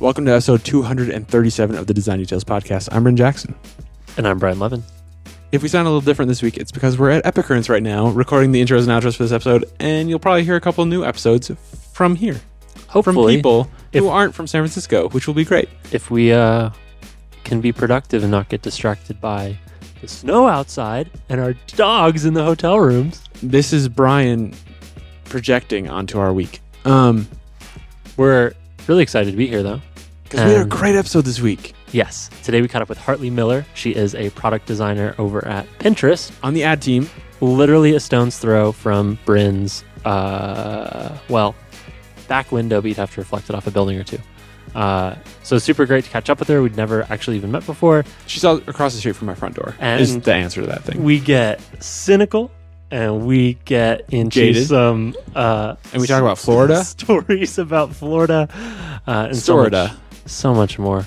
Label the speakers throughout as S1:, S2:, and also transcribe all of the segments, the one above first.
S1: Welcome to episode 237 of the Design Details Podcast. I'm Bryn Jackson.
S2: And I'm Brian Levin.
S1: If we sound a little different this week, it's because we're at Epicurrence right now, recording the intros and outros for this episode, and you'll probably hear a couple new episodes from here. From
S2: Hopefully,
S1: people
S2: if-
S1: who aren't from San Francisco, which will be great.
S2: if we uh, can be productive and not get distracted by the snow outside and our dogs in the hotel rooms.
S1: This is Brian projecting onto our week. Um, we're
S2: Really excited to be here, though.
S1: because we had a
S2: And-
S1: great episode this week
S2: Yes, today we caught up with Hartley Miller. She is a product designer over at Pinterest,
S1: on the ad team.
S2: literally a stone's throw from Bryn's, uh, well, back window, but you'd have to reflect it off a building or two. Uh, so super great to catch up with her. We'd never actually even met before.
S1: She's all across the street from my front door.
S2: And-
S1: is the answer to that thing.
S2: we get cynical and we get into
S1: Jaded.
S2: some uh
S1: And we talk about Florida?
S2: stories about florida uh and so much-
S1: Florida.
S2: so much, more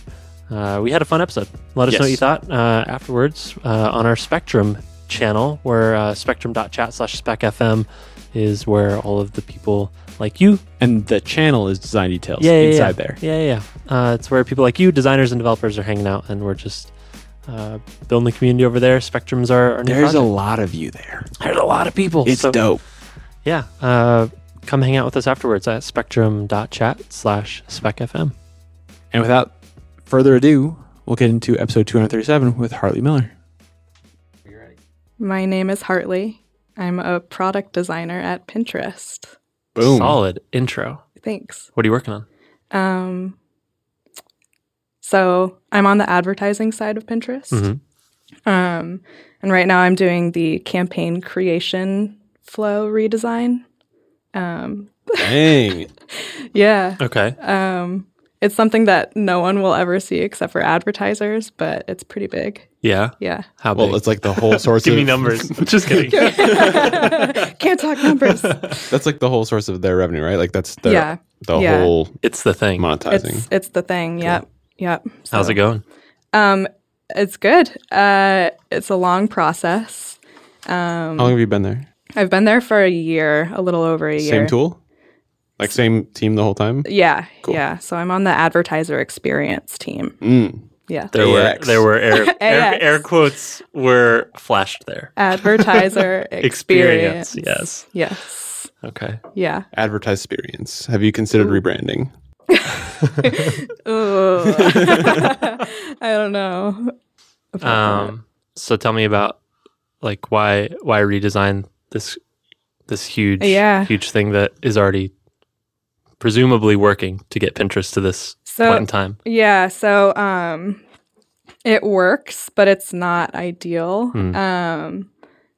S2: uh we had a fun episode let us know what
S1: Yes.
S2: you thought uh afterwards uh on our spectrum channel where uh spectrum.chat slash spec fm is where all of the people like you
S1: and the channel is Design Details
S2: yeah, yeah,
S1: inside
S2: yeah.
S1: there.
S2: Yeah, yeah, yeah. Uh, it's where people like you, designers and developers, are hanging out, and we're just uh, building the community over there. Spectrum's our, our new
S1: There's a
S2: project.
S1: lot of you there.
S2: There's a lot of people.
S1: It's
S2: so-
S1: dope.
S2: Yeah. Uh, come hang out with us afterwards at spectrum.chat slash specfm.
S1: And without further ado, we'll get into episode 237 with Hartley Miller.
S3: My name is Hartley. I'm a product designer at Pinterest.
S2: Solid intro.
S3: Thanks.
S2: What are you working on?
S3: Um, so I'm on the advertising side of Pinterest.
S4: Mm-hmm.
S2: Mhm.
S3: Um, and right now I'm doing the campaign creation flow redesign. Um,
S1: Dang.
S3: yeah.
S2: Okay.
S3: Um, it's something that no one will ever see except for advertisers, but it's pretty big.
S2: Yeah.
S3: Yeah.
S2: How
S4: Well, it's like the whole source.
S2: Give
S4: of,
S2: me numbers. Just kidding.
S3: Can't talk numbers.
S4: That's like the whole source of their revenue, right? Like that's the
S3: yeah.
S4: the
S3: yeah.
S4: whole
S2: It's the thing.
S4: monetizing.
S3: It's, it's the thing. Yep. Yep.
S2: How's
S3: So-
S2: it going?
S3: Um, it's good. Uh, it's a long process. Um,
S4: How long have you been there?
S3: I've been there for a year, a little over a year.
S4: Same tool, like same team the whole time.
S3: Yeah,
S4: Cool.
S3: yeah. So I'm on the advertiser experience team.
S4: Mm.
S3: Yeah,
S2: There
S4: AX.
S2: were there were air, air,
S3: AX.
S2: air quotes were flashed there.
S3: advertiser experience.
S2: Experience, yes.
S3: Yes.
S2: Okay.
S3: Yeah.
S4: Advertise experience. Have you considered rebranding?
S3: Ugh. I don't know. about
S2: Um so tell me about like why why redesign this this huge
S3: Yeah.
S2: huge thing that is already presumably working to get Pinterest to this
S3: that. so
S2: point in time.
S3: Yeah, so um it works, but it's not ideal.
S2: Hmm.
S3: Um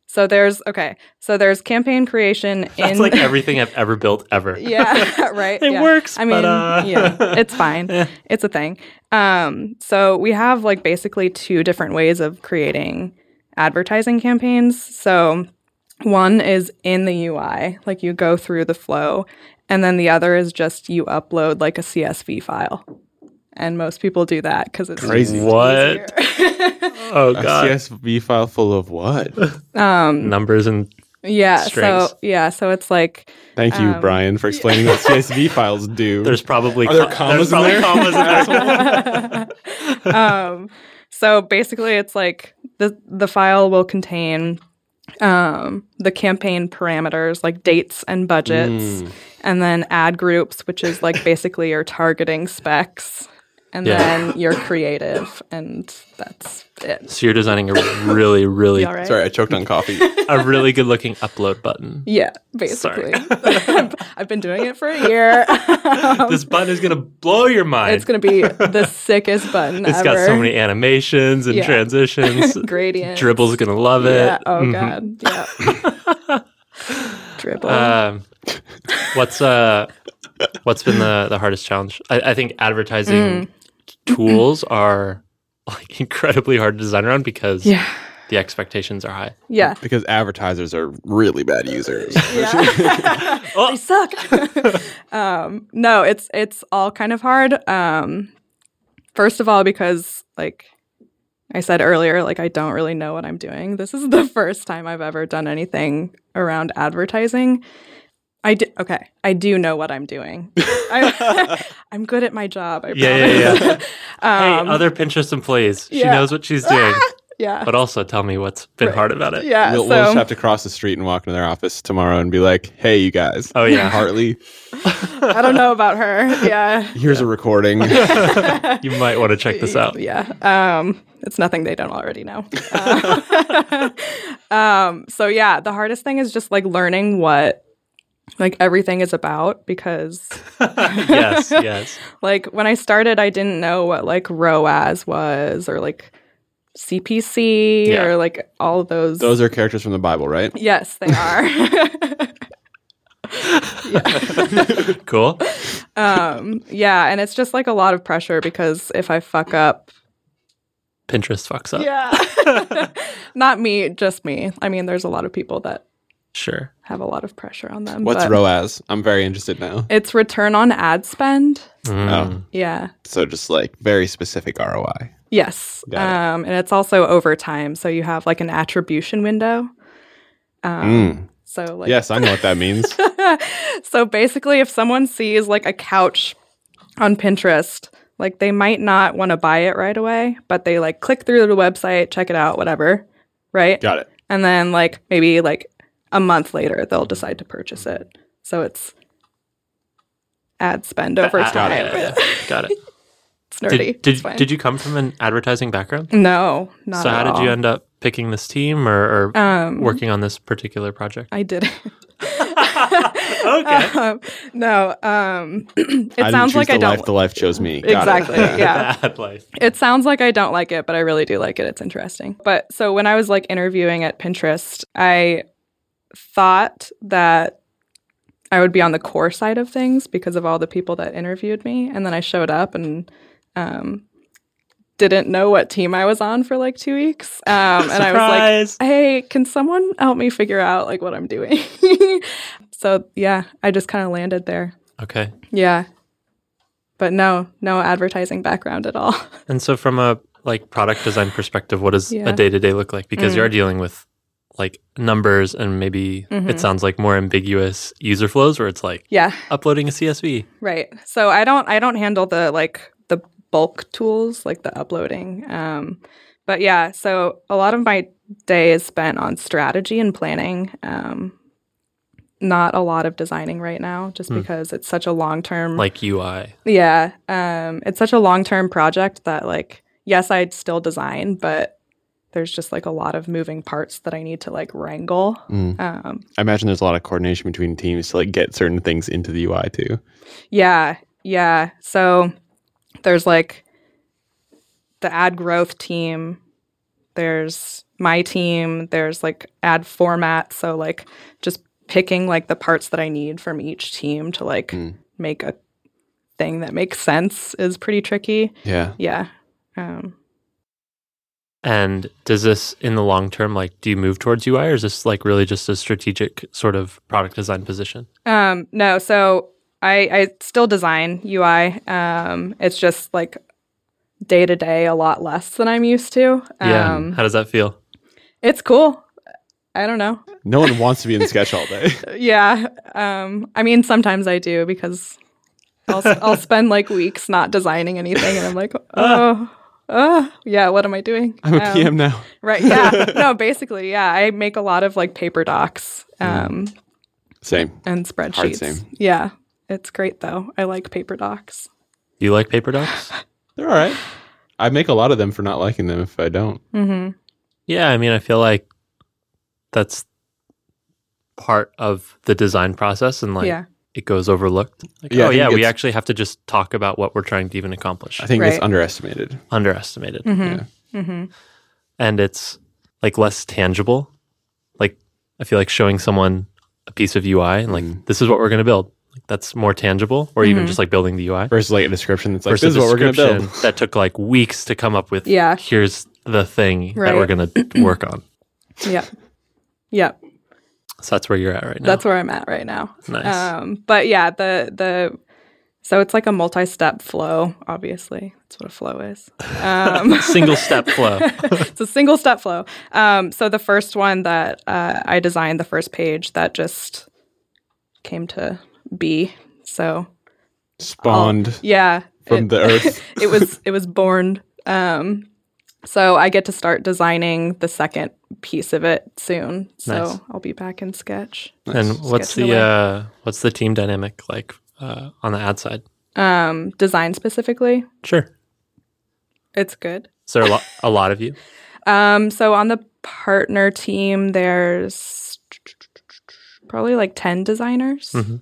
S3: so there's okay. So there's campaign creation
S2: That's
S3: in
S2: like everything I've ever built ever.
S3: Yeah, right.
S2: It
S3: yeah.
S2: works.
S3: I mean,
S2: but, uh,
S3: yeah, it's fine.
S2: eh.
S3: It's a thing. Um so we have like basically two different ways of creating advertising campaigns. So one is in the UI, like you go through the flow, and then the other is just you upload like a CSV file. And most people do that because it's
S4: Crazy.
S2: What?
S3: easier.
S2: Oh
S4: A
S2: god.
S4: CSV file full of what?
S3: um
S2: Numbers and
S3: yeah
S2: Strings.
S3: so yeah so it's like
S4: Thank you,
S3: Um,
S4: Brian, for explaining what CSV files do.
S2: there's probably
S4: Are there
S2: co-
S4: commas in
S2: there's probably
S4: there?
S2: commas in there.
S3: um so basically it's like the the file will contain um the campaign parameters like dates and budgets
S2: Hmm.
S4: Mm.
S3: and then ad groups which is like basically your targeting specs and
S2: Yeah.
S3: then your creative and that's it
S2: So you're designing a really, really,
S3: You all right
S4: Sorry, I choked on coffee.
S2: a really good looking upload button.
S3: yeah basically i've been doing it for a year
S2: This button is gonna blow your mind.
S3: It's gonna be the sickest button
S2: It's
S3: ever.
S2: got so many animations and
S3: Yeah.
S2: transitions.
S3: gradients.
S2: Dribble's gonna love it.
S3: Yeah. Oh
S2: Mhm.
S3: god. Yeah. Dribble.
S2: Um, what's uh, what's been the the hardest challenge? I, I think advertising
S3: Mm.
S2: tools are like incredibly hard to design around because
S3: yeah.
S2: the expectations are high.
S3: Yeah.
S4: because advertisers are really bad users.
S3: Yeah.
S2: Oh.
S3: they suck. um, no, it's it's all kind of hard. Um, first of all, because like I said earlier, like I don't really know what I'm doing. This is the first time I've ever done anything around advertising. I do, okay. I do know what I'm doing. I'm, I'm good at my job. I
S2: Yeah, yeah,
S3: promise. um,
S2: hey, other Pinterest employees. She
S3: yeah.
S2: knows what she's doing,
S3: yeah,
S2: but also tell me what's been
S3: Right.
S2: hard about it.
S3: yeah.
S4: we'll,
S3: so
S4: we'll just have to cross the street and walk into their office tomorrow and be like, "Hey, you guys,
S2: Oh yeah,
S4: Hartley,
S3: I don't know about her. Yeah.
S4: here's a recording."
S2: you might want to check this
S4: Oh.
S2: out.
S3: Yeah. Um, it's nothing they don't already know. Uh, um, so yeah, the hardest thing is just like learning what like everything is about because
S2: yes, yes.
S3: like when I started I didn't know what like ROAS was or like CPC
S2: Yeah.
S3: or like all of those
S4: Those are characters from the Bible, right?
S3: Yes, they are.
S2: Cool.
S3: um, yeah, and it's just like a lot of pressure because if I fuck up,
S2: Pinterest fucks up.
S3: yeah, not me, just me. I mean, there's a lot of people that
S2: Sure.
S3: have a lot of pressure on them.
S4: What's
S3: but
S4: ROAS? I'm very interested now. Oh,
S3: It's return on ad spend.
S2: Mm.
S3: Yeah.
S4: So just like very specific ROI.
S3: Yes.
S4: Got
S3: Um, and it's also over time, so you have like an attribution window. Um,
S4: Mm.
S3: So like,
S4: yes, I know what that means.
S3: so basically, if someone sees like a couch on Pinterest, like they might not want to buy it right away, but they like click through the website, check it out, whatever, right?
S4: Got it.
S3: And then like maybe like a month later, they'll decide to purchase it. So it's ad spend over
S2: Ah,
S3: time.
S2: yeah, yeah. Got it.
S3: It's nerdy.
S2: Did,
S3: it's fine.
S2: did, did you come from an advertising background?
S3: No, not
S2: so
S3: at
S2: how did you
S3: all.
S2: end up picking this team or, or
S3: um,
S2: working on this particular project?
S3: I did.
S2: okay.
S3: um, no, um, it
S4: I didn't
S3: sounds
S4: choose
S3: like
S4: the
S3: I don't.
S4: life. The life chose me. Got it.
S3: exactly. Uh, Yeah.
S2: Bad life.
S3: It sounds like I don't like it, but I really do like it. It's interesting. But so when I was like interviewing at Pinterest, I thought that I would be on the core side of things because of all the people that interviewed me. And then I showed up and um, didn't know what team I was on for like two weeks. Um, and I was like,
S2: Surprise!
S3: hey, can someone help me figure out like what I'm doing? so yeah, I just kind of landed there.
S2: okay.
S3: Yeah. But no, no advertising background at all.
S2: And so from a like product design perspective, what does
S3: Yeah.
S2: a day to day look like? Because you
S3: Mm.
S2: are dealing with like numbers and maybe
S3: Mhm.
S2: it sounds like more ambiguous user flows where it's like
S3: yeah,
S2: uploading a CSV.
S3: right. So I don't I don't handle the like the bulk tools like the uploading. Um but yeah, so a lot of my day is spent on strategy and planning. Um not a lot of designing right now just
S2: Hmm.
S3: because it's such a long-term
S2: like UI.
S3: Yeah. Um, it's such a long term project that, like, yes, I'd still design, but there's just like a lot of moving parts that I need to like wrangle.
S4: Mm.
S3: Um,
S4: I imagine there's a lot of coordination between teams to like get certain things into the UI too.
S3: yeah. Yeah. So there's like the ad growth team, there's my team, there's like ad format. So, like, just picking like the parts that I need from each team to like
S4: Mm.
S3: make a thing that makes sense is pretty tricky.
S4: Yeah.
S3: Yeah. Um,
S2: And does this in the long term like do you move towards UI or is this like really just a strategic sort of product design position?
S3: Um, no, so I, I still design UI. Um, it's just like day to day a lot less than I'm used to.
S2: Yeah.
S3: Um,
S2: How does that feel?
S3: it's cool. I don't know.
S4: No one wants to be in sketch all day.
S3: Yeah. Um, I mean, sometimes I do because I'll, s- I'll spend like weeks not designing anything and I'm like, oh, oh, yeah, what am I doing?
S4: Ah. I'm a
S3: Um,
S4: PM now.
S3: Right. Yeah. No, basically, yeah. I make a lot of like paper docs. Um,
S4: Same.
S3: and spreadsheets.
S4: Mm. same.
S3: Yeah. It's great though. I like paper docs.
S2: Do you like paper docs?
S4: They're all right. I make a lot of them for not liking them if I don't.
S3: hmm
S2: yeah, I mean I feel like that's part of the design process and like
S3: yeah.
S2: it goes overlooked. Like,
S4: Yeah, I
S2: oh
S4: think
S2: yeah, we
S4: it's-
S2: actually have to just talk about what we're trying to even accomplish.
S4: I think it's
S3: Right.
S4: underestimated.
S2: Underestimated.
S3: Mm-hmm. hmm
S2: And it's like less tangible. Like I feel like showing someone a piece of UI and like
S4: Mhm.
S2: this is what we're gonna build. Like, that's more tangible, or even
S3: Mhm.
S2: just like building the UI.
S4: Versus like a description that's like,
S2: versus
S4: this is what we're
S2: a
S4: going to build.
S2: description that took like weeks to come up with.
S3: Yeah.
S2: here's the thing
S3: Right.
S2: that we're gonna work on.
S3: Yeah. Yeah.
S2: So that's where you're at right now.
S3: That's where I'm at right now.
S2: nice.
S3: Um, but yeah, the the so it's like a multi-step flow, obviously. That's what a flow is. Um,
S2: Single step flow.
S3: it's a single step flow. Um, so the first one that uh, I designed, the first page that just came to be. So
S4: Spawned
S3: yeah,
S4: from
S3: Oh, it-
S4: the earth.
S3: it was it was born. Um, so I get to start designing the second piece of it soon. So
S2: Nice.
S3: I'll be back in Sketch.
S2: And what's
S3: Sketching
S2: the
S3: away.
S2: uh, what's the team dynamic like uh, on the ad side?
S3: Um, design specifically,
S2: Sure.
S3: it's good.
S2: Is there a, lo- a lot of you?
S3: Um, so on the partner team, there's probably like ten designers.
S2: Mhm.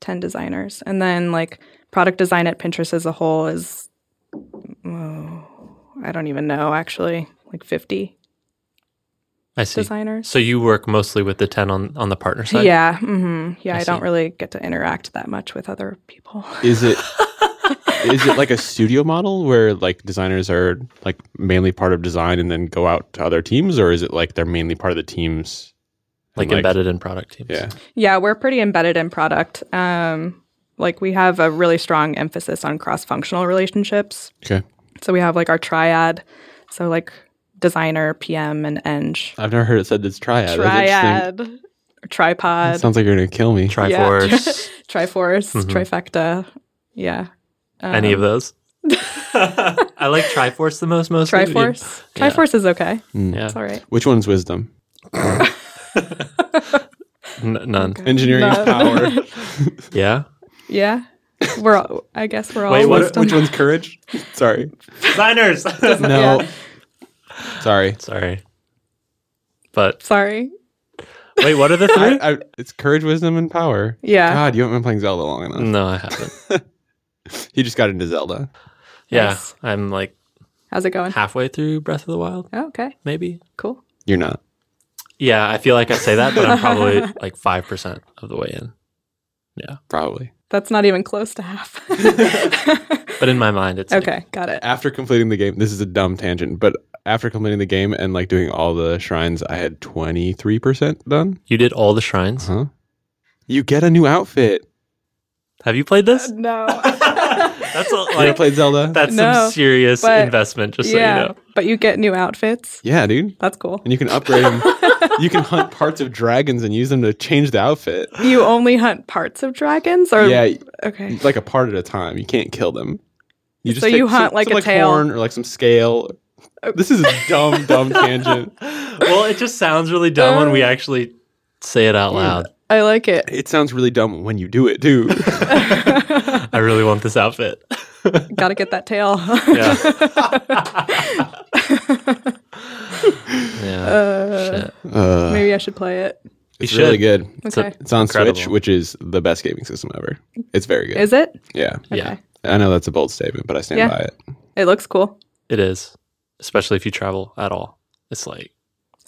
S3: Ten designers, and then like product design at Pinterest as a whole is, oh, I don't even know actually, like fifty
S2: I see.
S3: designers.
S2: So you work mostly with the ten on on the partner side.
S3: Yeah. hmm Yeah.
S2: I
S3: I, don't
S2: see.
S3: really get to interact that much with other people.
S4: Is it is it like a studio model where like designers are like mainly part of design and then go out to other teams, or is it like they're mainly part of the teams?
S2: like,
S4: And, like-
S2: embedded in product teams.
S4: Yeah.
S3: yeah. We're pretty embedded in product. Um, like we have a really strong emphasis on cross functional relationships.
S4: Okay.
S3: So we have like our triad. So like designer, PM, and eng.
S4: I've never heard it said it's triad. That's interesting.
S3: triad, or tripod,
S4: Sounds like you're gonna kill me.
S2: Triforce.
S3: Triforce,
S2: Mhm.
S3: trifecta. Yeah. Um,
S2: Any of those? I like Triforce the most. Most
S3: Triforce.
S2: Yeah.
S3: Triforce is okay.
S4: Mm.
S2: Yeah.
S3: It's all right.
S4: Which one's wisdom?
S2: N- none.
S4: Engineering
S3: No.
S4: power.
S2: Yeah.
S3: Yeah. We're all, I guess we're all
S2: Wait, what-
S3: wisdom.
S4: Which one's courage? Sorry.
S2: Designers.
S4: No. Sorry.
S2: Sorry. But
S3: Sorry.
S2: wait, what are the three?
S4: I, I, it's courage, wisdom, and power.
S3: Yeah.
S4: God, you haven't been playing Zelda long enough.
S2: no, I haven't.
S3: Mm.
S4: You just got into Zelda.
S2: Yeah,
S3: Nice.
S2: I'm like
S3: How's it going?
S2: halfway through Breath of the Wild,
S3: Oh, okay.
S2: maybe.
S3: Cool.
S4: You're not.
S2: Yeah, I feel like I say that, but I'm probably like five percent of the way in.
S4: Probably.
S3: That's not even close to half.
S2: But in my mind, it's like,
S3: okay. Got it.
S4: After completing the game, this is a dumb tangent, but after completing the game and like doing all the shrines, I had 23% done.
S2: you did all the shrines.
S4: Huh? You get a new outfit. Mm-hmm.
S2: Have you played this?
S3: No.
S2: that's a,
S4: You ever
S2: like
S4: played Zelda?
S2: that's
S3: No,
S2: some serious
S3: but-
S2: investment. Just
S3: yeah.
S2: so you know.
S3: But you get new outfits.
S4: yeah, dude.
S3: That's cool.
S4: And you can upgrade them. you can hunt parts of dragons and use them to change the outfit.
S3: You only hunt parts of dragons or
S4: Yeah,
S3: okay.
S4: like a part at a time. You can't kill them. You
S3: So you
S4: take
S3: hunt, like, a tail. Oh.
S4: horn or like some scale. This is a dumb, dumb tangent.
S2: well, it just sounds really dumb when we
S3: Um,
S2: actually say it out loud.
S3: I like it.
S4: It sounds really dumb when you do it too.
S2: I really want this outfit.
S3: Got to get that tail.
S2: Yeah. yeah.
S3: uh,
S2: Shit.
S4: Uh,
S3: maybe I should play it.
S4: it's
S2: should.
S4: really good.
S2: It's a-
S3: Okay.
S4: It's on
S2: Incredible.
S4: Switch, which is the best gaming system ever. It's very good.
S3: Is it?
S4: yeah,
S2: Yeah.
S3: Okay.
S4: I know that's a bold statement, but I stand
S3: Yeah.
S4: by it.
S3: It looks cool.
S2: It is, especially if you travel at all. It's like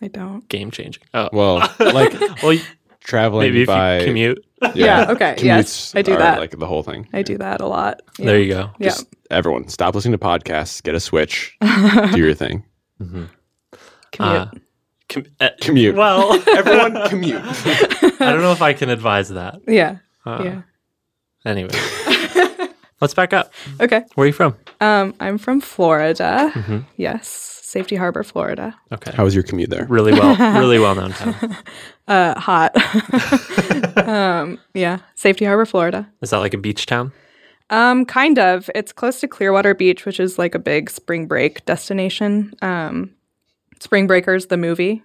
S3: I don't.
S2: game changing. Oh,
S4: Well, like
S2: well, y-
S4: traveling
S2: maybe if
S4: by
S2: you commute.
S3: Yeah, okay, yes,
S4: commutes
S3: I do
S4: are,
S3: that.
S4: Like the whole thing.
S3: I do that a lot.
S2: There you go.
S3: Yeah.
S4: Just everyone stop listening to podcasts. Get a Switch. do your thing.
S3: Commute.
S2: Uh, com- eh,
S4: Commute.
S2: well,
S4: Everyone commute.
S2: I don't know if I can advise that.
S3: yeah.
S2: Uh,
S3: yeah.
S2: Anyway, let's back up.
S3: Okay.
S2: Where are you from?
S3: Um, I'm from Florida.
S2: Mhm.
S3: Yes, Safety Harbor, Florida.
S2: Okay.
S4: How was your commute there?
S2: Really well, really well known town.
S3: Uh, hot. um, yeah, Safety Harbor, Florida.
S2: Is that like a beach town?
S3: Um, kind of. It's close to Clearwater Beach, which is like a big spring break destination. Um, Spring Breakers, the movie,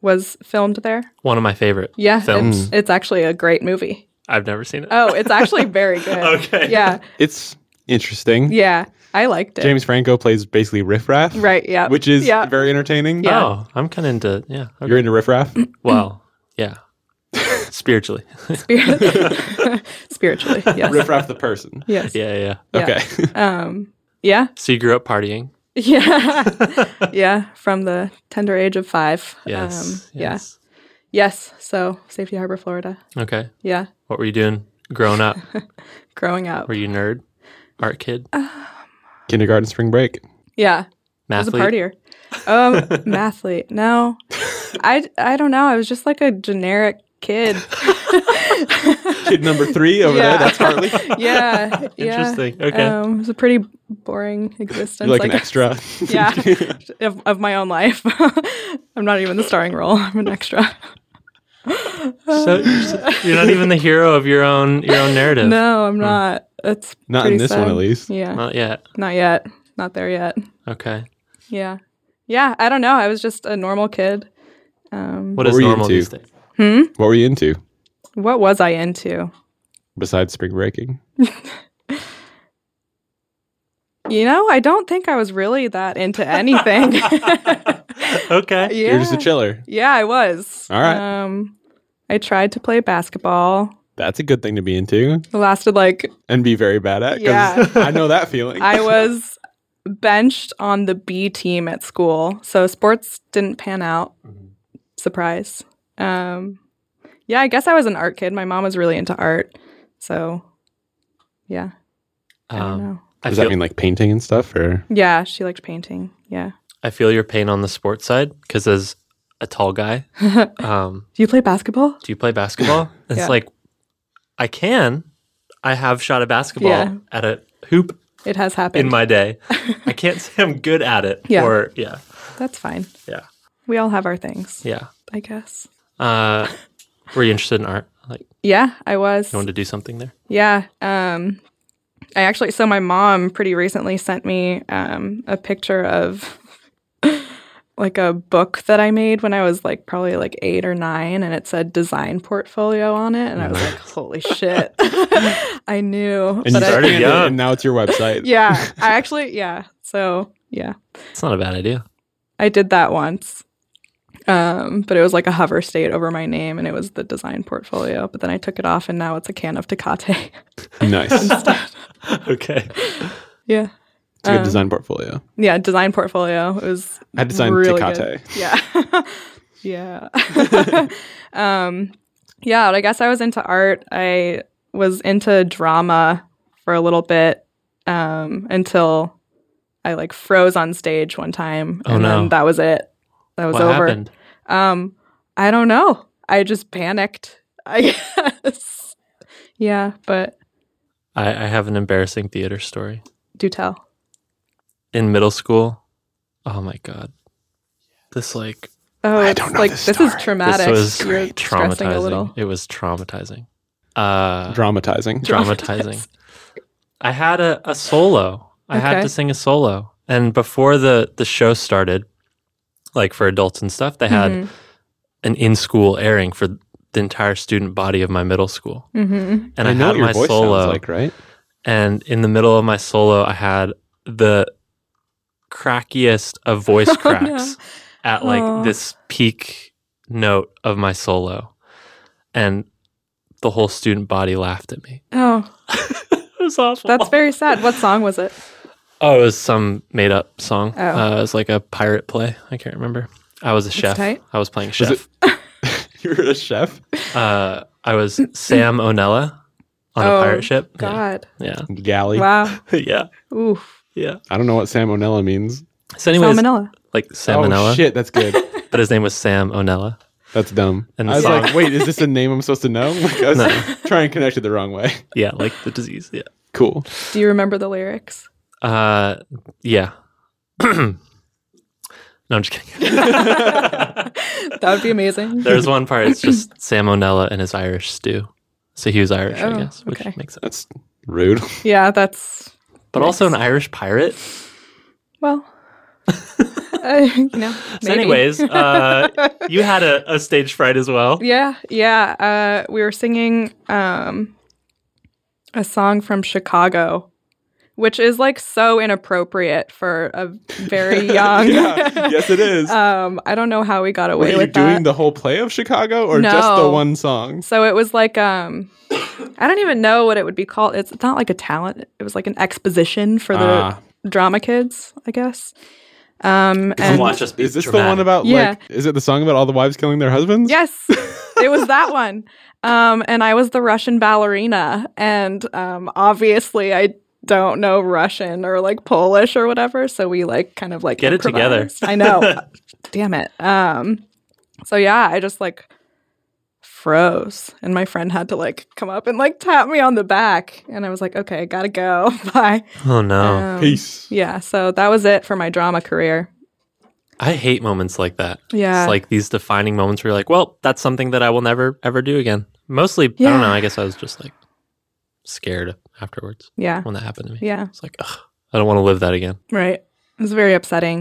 S3: was filmed there.
S2: One of my favorite.
S3: Yeah,
S2: Films.
S4: Mm.
S3: it's it's actually a great movie.
S2: I've never seen it.
S3: Oh, it's actually very good.
S2: Okay.
S3: Yeah,
S4: It's interesting.
S3: yeah, I liked it.
S4: James Franco plays basically Riff Raff,
S3: Right. Yeah.
S4: which is
S3: yeah.
S4: very entertaining.
S3: Yeah.
S2: Oh, I'm kind of into yeah. Okay.
S4: You're into Riff Raff?
S2: well, yeah. Spiritually.
S3: Spirit- spiritually. Yes.
S4: Riff Raff the person.
S3: Yes.
S2: yeah, yeah.
S3: Yeah.
S4: Okay.
S3: Um. Yeah.
S2: So you grew up partying.
S3: Yeah. yeah. From the tender age of five.
S2: Yes.
S3: Um, Yeah.
S2: yes.
S3: Yes. So Safety Harbor, Florida.
S2: Okay.
S3: Yeah.
S2: What were you doing growing up?
S3: Growing up.
S2: Were you nerd? Art kid?
S4: Kindergarten spring break.
S3: Yeah. Uh, I was a
S2: Mathlete?
S3: partier. Um, mathlete. No, I, I don't know. I was just like a generic kid.
S4: Kid number three over
S3: Yeah.
S4: there. That's Hartley.
S3: yeah. Yeah.
S2: Interesting. Okay.
S3: Um, it was a pretty boring existence.
S4: You're like
S3: I
S4: an
S3: guess.
S4: extra.
S3: yeah, of, of my own life. I'm not even the starring role. I'm an extra.
S2: So you're, so- you're not even the hero of your own your own narrative.
S3: No, I'm not. It's
S4: Hmm. Not
S3: pretty
S4: in this
S3: sad.
S4: one, at least.
S3: Yeah,
S2: Not yet.
S3: not yet. Not there yet.
S2: Okay.
S3: Yeah, yeah. I don't know. I was just a normal kid. Um,
S2: What
S4: What
S2: is
S4: were you
S2: normal
S4: into?
S2: these days?
S3: hmm?
S4: What were you into
S3: What was I into?
S4: besides spring breaking?
S3: You know, I don't think I was really that into anything.
S2: okay.
S3: yeah.
S4: You're just a chiller.
S3: yeah, I was.
S4: All right.
S3: Um, I tried to play basketball.
S4: That's a good thing to be into
S3: It lasted like
S4: and be very bad at. 'cause
S3: Yeah.
S4: I know that feeling.
S3: I was benched on the B team at school, so sports didn't pan out.
S4: Mm-hmm.
S3: Surprise. Um, yeah, I guess I was an art kid. My mom was really into art, so yeah, I don't
S2: Um,
S3: know.
S2: I
S4: Does
S2: feel
S4: that mean like painting and stuff, or
S3: Yeah, she liked painting. Yeah.
S2: I feel your pain on the sports side because as a tall guy,
S3: Do
S2: um,
S3: you play basketball?
S2: do you play basketball? It's
S3: Yeah.
S2: like I can. I have shot a basketball
S3: Yeah.
S2: at a hoop
S3: It has happened.
S2: in my day. I can't say I'm good at it.
S3: Yeah.
S2: Or yeah,
S3: That's fine.
S2: Yeah.
S3: We all have our things,
S2: yeah.
S3: I guess.
S2: Uh, were you interested in art? Like
S3: Yeah, I was.
S2: you wanted to do something there?
S3: Yeah. Um, I actually, so my mom pretty recently sent me um, a picture of like a book that I made when I was like probably like eight or nine, and it said design portfolio on it. And I was like, holy shit. I knew.
S4: and
S3: but
S4: you
S3: I-
S2: started
S4: started it,
S2: young.
S4: and now it's your website.
S3: yeah. I actually, yeah. So, yeah.
S2: It's not a bad idea.
S3: I did that once. Um, but it was like a hover state over my name and it was the design portfolio. But then I took it off and now it's a can of Tecate.
S4: nice. It's
S2: okay.
S3: yeah.
S4: a good
S3: Um,
S4: design portfolio.
S3: Yeah, design portfolio. It was
S4: I designed
S3: really
S4: Tecate.
S3: good. Yeah. yeah. um yeah, but I guess I was into art. I was into drama for a little bit um until I like froze on stage one time
S2: Oh,
S3: and
S2: no.
S3: then that was it. That was
S2: What
S3: over.
S2: happened?
S3: Um, I don't know. I just panicked. I guess. Yeah, but
S2: I, I have an embarrassing theater story.
S3: do tell.
S2: in middle school. Oh my god. This like
S3: Oh,
S4: I
S3: it's
S4: don't know
S3: like
S4: this
S3: this, is
S4: story.
S3: traumatic.
S2: this was
S3: You're stressing a
S2: traumatizing.
S3: little.
S2: It was traumatizing. Uh
S4: Dramatizing.
S2: traumatizing. I had a, a solo. I had
S3: Okay.
S2: to sing a solo. And before the the show started, like for adults and stuff, they had
S3: Mhm.
S2: an in school airing for the entire student body of my middle school.
S3: Mhm.
S2: And I,
S4: know
S2: had
S4: what your
S2: my
S4: voice
S2: solo.
S4: sounds like, right?
S2: and in the middle of my solo i had the crackiest of voice
S3: Oh,
S2: cracks at like
S3: Aw.
S2: this peak note of my solo and the whole student body laughed at me
S3: Oh,
S2: it was awful
S3: that's very sad. What song was it?
S2: oh it was some made up song
S3: Oh.
S2: uh, it was like a pirate play i can't remember i was a chef
S3: tight.
S2: i was playing a
S4: Was it-
S2: chef
S4: You're a chef.
S2: uh, i was sam onella on
S3: Oh,
S2: a pirate ship Yeah.
S3: God.
S2: yeah
S4: Galley.
S3: Wow.
S2: yeah
S3: Oof.
S2: yeah
S4: I don't know what salmonella means.
S2: so anyways
S3: Salmonella.
S2: like salmonella
S4: Oh shit, that's good.
S2: but his name was sam onella
S4: That's dumb.
S2: And
S4: I was
S2: the
S4: like, wait, is this a name I'm supposed to know? Like, I was trying to connect it the wrong way.
S2: yeah, like the disease. Yeah.
S4: Cool.
S3: Do you remember the lyrics?
S2: Uh, yeah. no, I'm just kidding.
S3: That would be amazing.
S2: There's one part. It's just salmonella and his Irish stew. So he was Irish, I
S3: Oh,
S2: guess, which
S3: okay.
S2: makes sense.
S4: That's rude.
S3: yeah, that's
S2: But also an Irish pirate.
S3: well. uh, you know.
S2: So,
S3: maybe.
S2: anyways, uh, you had a, a stage fright as well.
S3: Yeah, yeah. Uh, we were singing um, a song from Chicago, which is like so inappropriate for a very young.
S4: yeah. Yes, it is.
S3: um, I don't know how we got
S4: Were
S3: away
S4: you
S3: with
S4: doing
S3: that.
S4: the whole play of Chicago or just the
S3: No.
S4: one song?
S3: so it was like um, I don't even know what it would be called. It's not like a talent. It was like an exposition for the
S4: Ah.
S3: drama kids, I guess. Um,
S2: And
S3: and
S2: watch us be
S4: Is this the
S2: dramatic.
S4: one about like? Is it the song about all the wives killing their husbands?
S3: Yes, it was that one. Um, and I was the Russian ballerina, and um, obviously I don't know Russian or like Polish or whatever, so we like kind of like
S2: Get it together.
S3: improvised. I know. Damn it. Um, so yeah, I just like froze, and my friend had to like come up and like tap me on the back, and I was like, okay, gotta go, bye.
S2: Oh no.
S3: Um,
S4: Peace.
S3: Yeah, so that was it for my drama career.
S2: I hate moments like that.
S3: Yeah.
S2: It's like these defining moments where you're like, well, that's something that I will never, ever do again. Mostly, I
S3: Yeah.
S2: don't know. I guess I was just like scared afterwards
S3: Yeah.
S2: when that happened to me.
S3: Yeah.
S2: It's like, ugh, I don't want to live that again.
S3: Right. It was very upsetting.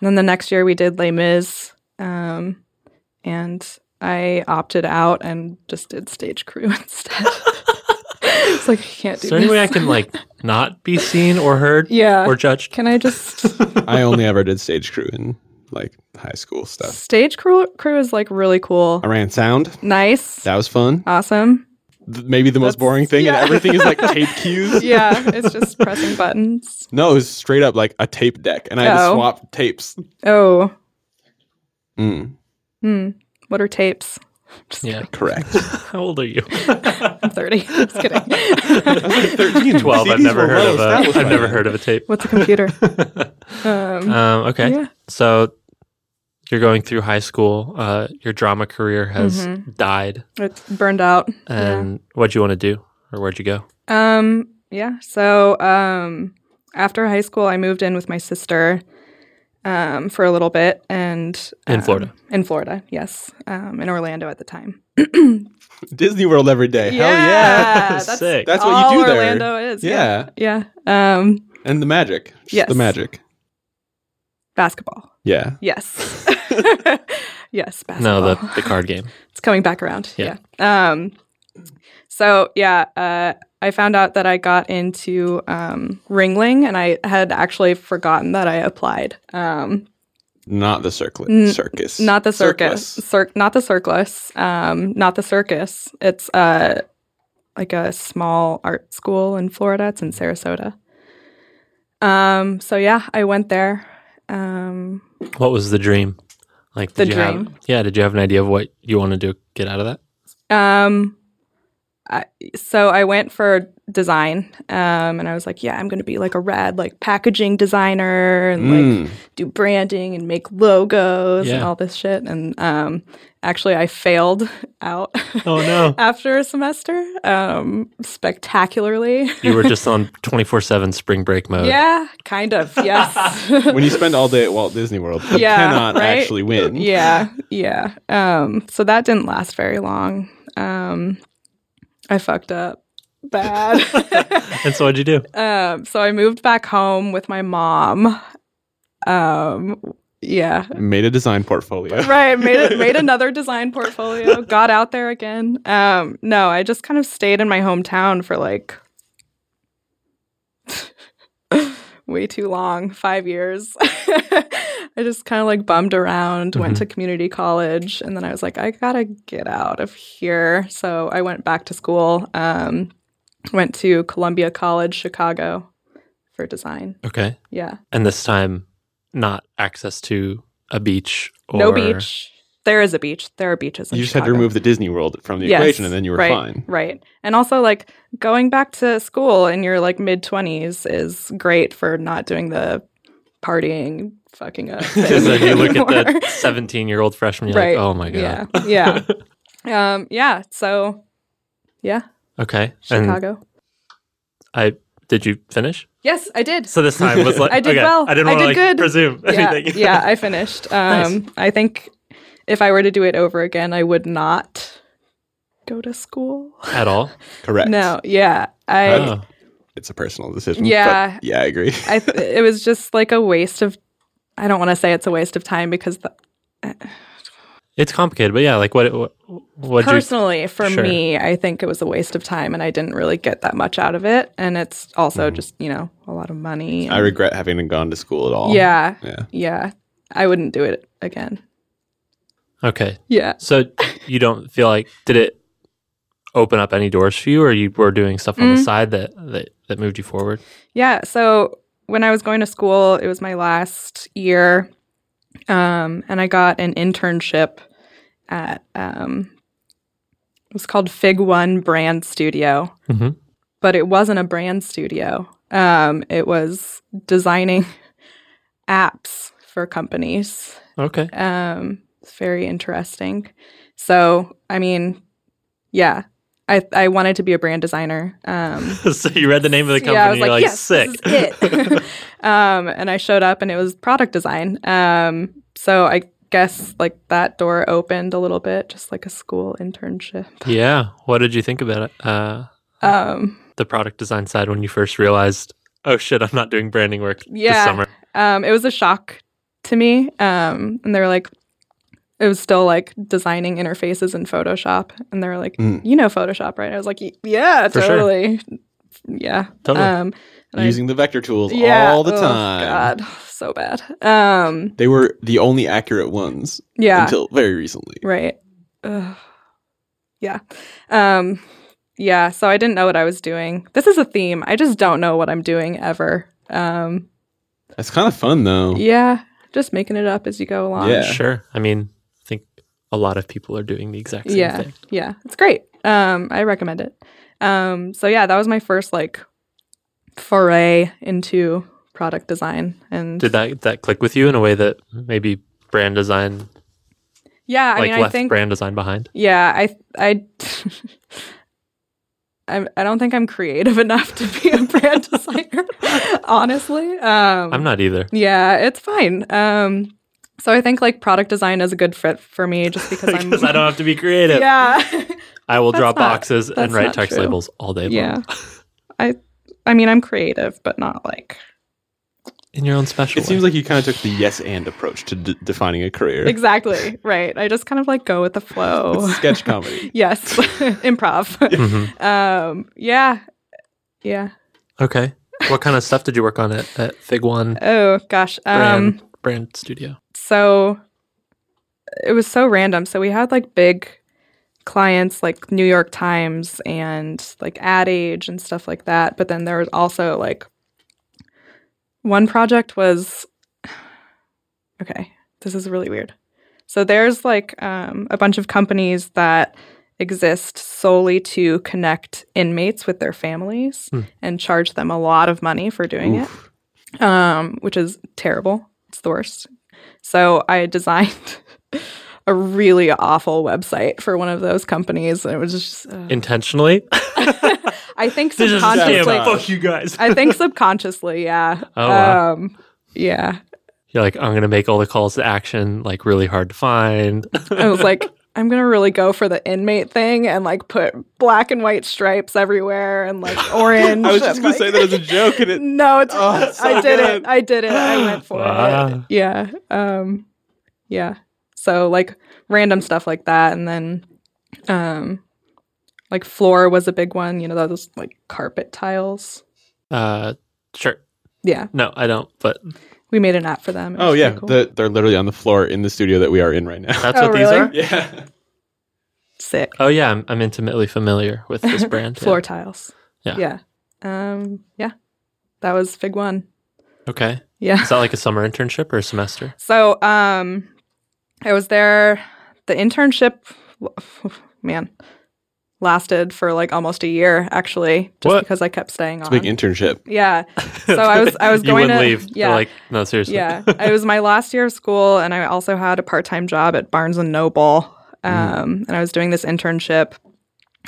S3: And then the next year we did Les Mis, um, and I opted out and just did stage crew instead. it's like I can't do
S2: Is there any
S3: this.
S2: way I can like not be seen or heard
S3: yeah.
S2: or judged?
S3: can I just
S4: I only ever did stage crew in like high school stuff.
S3: stage crew? Crew is like really cool.
S4: I ran sound.
S3: Nice.
S4: That was fun.
S3: awesome.
S4: Th- Maybe the most
S3: That's-
S4: boring thing,
S3: yeah.
S4: and everything is like tape cues.
S3: Yeah. It's just pressing buttons.
S4: No, it was straight up like a tape deck, and I had to
S3: Oh.
S4: swap tapes.
S3: Oh.
S4: Mm,
S3: Hmm. What are tapes? Just
S2: Yeah.
S4: correct.
S2: How old are you?
S3: I'm 30. Just kidding.
S4: 13.
S2: 12. I've
S4: CDs
S2: never
S4: were
S2: heard of
S4: low, that was
S2: a, I've
S4: my
S2: never
S4: end.
S2: heard of a tape.
S3: What's a computer? Um,
S2: Um, okay.
S3: Yeah.
S2: So you're going through high school. Uh, your drama career has
S3: Mhm.
S2: died.
S3: It's burned out. Yeah.
S2: And what'd you want to do or where'd you go?
S3: Um, yeah. So, um, after high school, I moved in with my sister, um, for a little bit and
S2: In
S3: um,
S2: Florida.
S3: In Florida, yes. Um, in Orlando at the time.
S4: Disney World every day. Hell yeah.
S3: That's,
S2: Sick.
S4: That's what
S3: all
S4: you do there.
S3: Orlando is. Yeah.
S4: Yeah.
S3: Yeah. Um,
S4: And the magic. Just
S3: Yes.
S4: The magic.
S3: basketball.
S4: Yeah.
S3: Yes. yes. Basketball.
S2: No, the, the card game.
S3: it's coming back around.
S2: Yeah.
S3: Yeah. Um, so yeah, uh, I found out that I got into um, Ringling, and I had actually forgotten that I applied. Um,
S4: Not the circlet.
S3: N-
S4: circus.
S3: not the circus,
S4: Circlus.
S3: Cir- not the circus, um, not the circus. It's uh, like a small art school in Florida. It's in Sarasota. Um, so yeah, I went there. Um,
S2: What was the dream? Like,
S3: The
S2: did you
S3: dream.
S2: have, yeah, did you have an idea of what you wanted to get out of that?
S3: Um, I, so I went for design, um, and I was like, yeah, I'm going to be like a rad like packaging designer and like
S4: Mm.
S3: do branding and make logos and
S2: Hmm. Yeah.
S3: all this shit. And um, actually, I failed out
S2: Oh, no.
S3: after a semester, um, spectacularly.
S2: You were just on 24 7 spring break mode.
S3: yeah, kind of. Yes.
S4: when you spend all day at Walt Disney World, you
S3: Yeah,
S4: cannot
S3: right?
S4: actually win.
S3: yeah yeah um so that didn't last very long um i fucked up bad
S2: And so what'd you do?
S3: um so i moved back home with my mom um yeah
S4: Made a design portfolio.
S3: right made it, made another design portfolio got out there again um no i just kind of stayed in my hometown for like way too long 5 years i just kind of like bummed around went
S2: Mhm.
S4: Mm-hmm.
S3: to community college and then i was like i got to get out of here so i went back to school um went to Columbia College Chicago for design
S2: Okay.
S3: yeah
S2: And this time, not access to a beach or
S3: no beach there is a beach there are beaches in
S4: You just had to
S3: Chicago.
S4: remove the Disney World from the
S3: Yes,
S4: equation, and then you were
S3: right,
S4: fine.
S3: Right. And also like going back to school in your like mid 20s is great for not doing the partying fucking up.
S2: Because then you look at
S3: anymore.
S2: the 17 year old freshman, you're
S3: Right.
S2: like, oh my God.
S3: Yeah. Yeah. um yeah, so yeah,
S2: Okay. And
S3: Chicago.
S2: I did you finish?
S3: yes, I did.
S2: So this time was like
S3: I did
S2: okay,
S3: well.
S2: I didn't
S3: I
S2: want to
S3: did
S2: like
S3: good.
S2: presume
S3: yeah,
S2: anything.
S3: yeah, I finished. Um I think if I were to do it over again, I would not go to school.
S2: At all.
S4: Correct.
S3: No, yeah. I
S2: Oh.
S4: It's a personal decision.
S3: Yeah.
S4: But yeah, I agree.
S3: I th- it was just like a waste of. I don't want to say it's a waste of time because the,
S2: It's complicated, but yeah, like what what what'd you
S3: personally, for
S2: Sure.
S3: me, I think it was a waste of time, and I didn't really get that much out of it. And it's also
S2: Mm-hmm.
S3: just you know a lot of money.
S4: I
S3: and-
S4: regret having gone to school at all.
S3: Yeah,
S4: Yeah.
S3: yeah. I wouldn't do it again.
S2: Okay.
S3: Yeah.
S2: So you don't feel like did it open up any doors for you or you were doing stuff on the
S3: Mm.
S2: side that, that that moved you forward?
S3: Yeah. So when I was going to school, it was my last year, um, and I got an internship at um, it was called Fig One Brand Studio,
S2: Mhm.
S3: but it wasn't a brand studio. Um, it was designing apps for companies.
S2: Okay.
S3: Um, it's very interesting. So I mean, yeah. I, I wanted to be a brand designer. Um,
S2: so you read the name of the company
S3: yeah, I
S2: and
S3: was
S2: you're like
S3: like, yes,
S2: sick.
S3: This is it. um, and I showed up and it was product design. Um, so I guess like that door opened a little bit, just like a school internship.
S2: Yeah. What did you think about it? Uh,
S3: Um,
S2: the product design side when you first realized, oh shit, I'm not doing branding work this
S3: Yeah.
S2: summer.
S3: um, it was a shock to me. Um, and they were like, it was still like designing interfaces in Photoshop, and they were like,
S4: Mm.
S3: you know Photoshop, right? I was like, "Y- yeah,
S2: For sure.
S3: totally, yeah.
S2: Totally.
S3: Um, and I-
S4: Using the vector tools
S3: yeah,
S4: all the
S3: oh,
S4: time.
S3: God, so bad. Um,
S4: They were the only accurate ones
S3: yeah,
S4: until very recently.
S3: right. Ugh. Yeah, um, yeah. So I didn't know what I was doing. This is a theme. I just don't know what I'm doing ever. Um,
S4: That's kind of fun though.
S3: yeah, just making it up as you go along.
S4: Yeah.
S2: Sure. I mean, I think a lot of people are doing the exact same
S3: Yeah.
S2: thing.
S3: yeah it's great um i recommend it um so yeah that was my first like foray into product design and
S2: Did that that click with you in a way that maybe brand design
S3: yeah i
S2: like
S3: mean i
S2: left
S3: think
S2: brand design behind?
S3: yeah i i I'm, I don't think I'm creative enough to be a brand designer, honestly. Um,
S2: I'm not either.
S3: Yeah, it's fine. Um, so I think like product design is a good fit for me, just because I'm.
S2: Because I don't have to be creative.
S3: Yeah.
S2: I will
S3: That's
S2: draw
S3: not-
S2: boxes and
S3: that's
S2: write
S3: not
S2: text
S3: true.
S2: labels all day long.
S3: yeah. I, I mean, I'm creative, but not like
S2: In your own special
S4: It seems
S2: way.
S4: like you kind of took the yes and approach to d- defining a career.
S3: Exactly. Right. I just kind of like go with the flow.
S4: It's sketch comedy.
S3: yes. Improv.
S2: Mhm.
S3: um, yeah. Yeah.
S2: Okay. What kind of stuff did you work on at, at Fig One
S3: Oh gosh. Um
S2: brand, brand Studio?
S3: so it was so random. So we had like big clients like New York Times and like Ad Age and stuff like that. But then there was also like one project was okay, this is really weird. So there's like um, a bunch of companies that exist solely to connect inmates with their families
S2: Hmm.
S3: and charge them a lot of money for doing
S4: Oof.
S3: it, um, which is terrible. It's the worst. So I designed a really awful website for one of those companies. and It was just, uh,
S2: Intentionally?
S3: I think
S2: this is a scam.
S4: Consciously-
S3: subconsciously,
S2: Fuck you guys.
S3: I think subconsciously, yeah.
S2: Oh, wow.
S3: Um, yeah.
S2: You're like, I'm gonna make all the calls to action like really hard to find.
S3: I was like, I'm gonna really go for the inmate thing and like put black and white stripes everywhere and like orange.
S4: I was just
S3: and,
S4: gonna
S3: like-
S4: say that as a joke, and it
S3: No, it's,
S4: Oh, it's so
S3: I did
S4: good.
S3: it. I did it. I went for it.
S2: Wow.
S3: Yeah. Um, yeah. So like random stuff like that, and then, um, like floor was a big one. You know, that was like carpet tiles.
S2: Uh sure.
S3: Yeah,
S2: No, I don't, but
S3: we made an app for them. It
S4: Oh
S3: was
S4: yeah,
S3: pretty cool.
S4: the, they're literally on the floor in the studio that we are in right now.
S2: that's
S3: Oh,
S2: what these
S3: really?
S2: are?
S4: yeah,
S3: sick
S2: Oh yeah, I'm, I'm intimately familiar with this brand. yeah.
S3: floor tiles.
S2: Yeah.
S3: Yeah. Um, yeah. That was Fig One.
S2: Okay.
S3: Yeah.
S2: Is that like a summer internship or a semester?
S3: So um, I was there. The internship, man, lasted for like almost a year actually, just
S2: What?
S3: because I kept staying
S4: it's a
S3: on.
S4: big internship.
S3: yeah, So I was- I was
S2: you
S3: going
S2: wouldn't
S3: to-
S2: leave. They're
S3: yeah.
S2: like no seriously.
S3: yeah. it was my last year of school, and I also had a part-time job at Barnes and Noble,
S2: Mm.
S3: um, and I was doing this internship.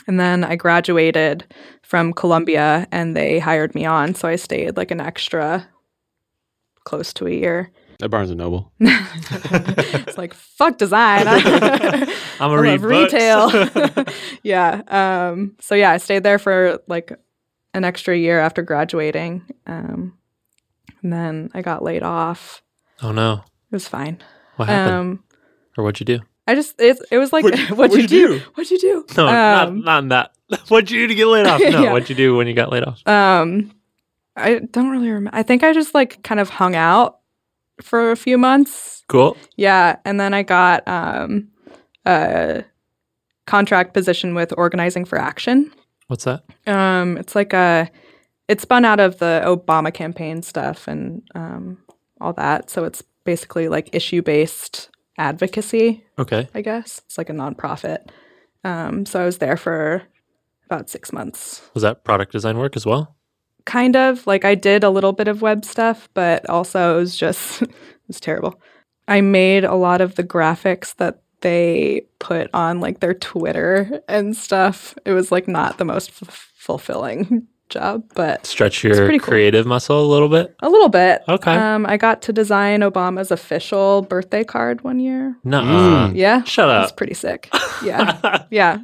S3: And then I graduated from Columbia, and they hired me on, so I stayed like an extra, close to a year.
S4: At Barnes and Noble.
S3: it's like fuck design.
S2: I'm
S3: I
S2: a read
S3: love
S2: books.
S3: retail. yeah. Um, so yeah, I stayed there for like an extra year after graduating, um, and then I got laid off.
S2: oh no.
S3: It was fine.
S2: What happened?
S3: Um,
S2: or what'd you do?
S3: I just it, it was like
S4: What-
S3: what
S4: what'd
S3: would you
S4: you
S3: do? What'd you do?
S2: No,
S3: Um,
S2: not not in that. what'd you do to get laid off? No,
S3: Yeah.
S2: what'd you do when you got laid off?
S3: Um, I don't really remember. I think I just like kind of hung out for a few months.
S2: Cool.
S3: Yeah, and then I got um, a contract position with Organizing for Action.
S2: What's that?
S3: Um, it's like a, it spun out of the Obama campaign stuff and um, all that. So it's basically like issue based advocacy,
S2: Okay.
S3: I guess. It's like a nonprofit. Um, so I was there for about six months,
S2: Was that product design work as well?
S3: kind of. Like I did a little bit of web stuff, but also it was just, it was terrible. I made a lot of the graphics that they put on like their Twitter and stuff. It was like not the most f- fulfilling job, but
S2: Stretch
S3: It's
S2: your
S3: pretty cool.
S2: creative muscle a little bit.
S3: a little bit.
S2: Okay.
S3: Um, I got to design Obama's official birthday card one year.
S2: No.
S4: Mm.
S3: Yeah.
S2: Shut
S3: That's
S2: up.
S3: pretty sick. Yeah. yeah.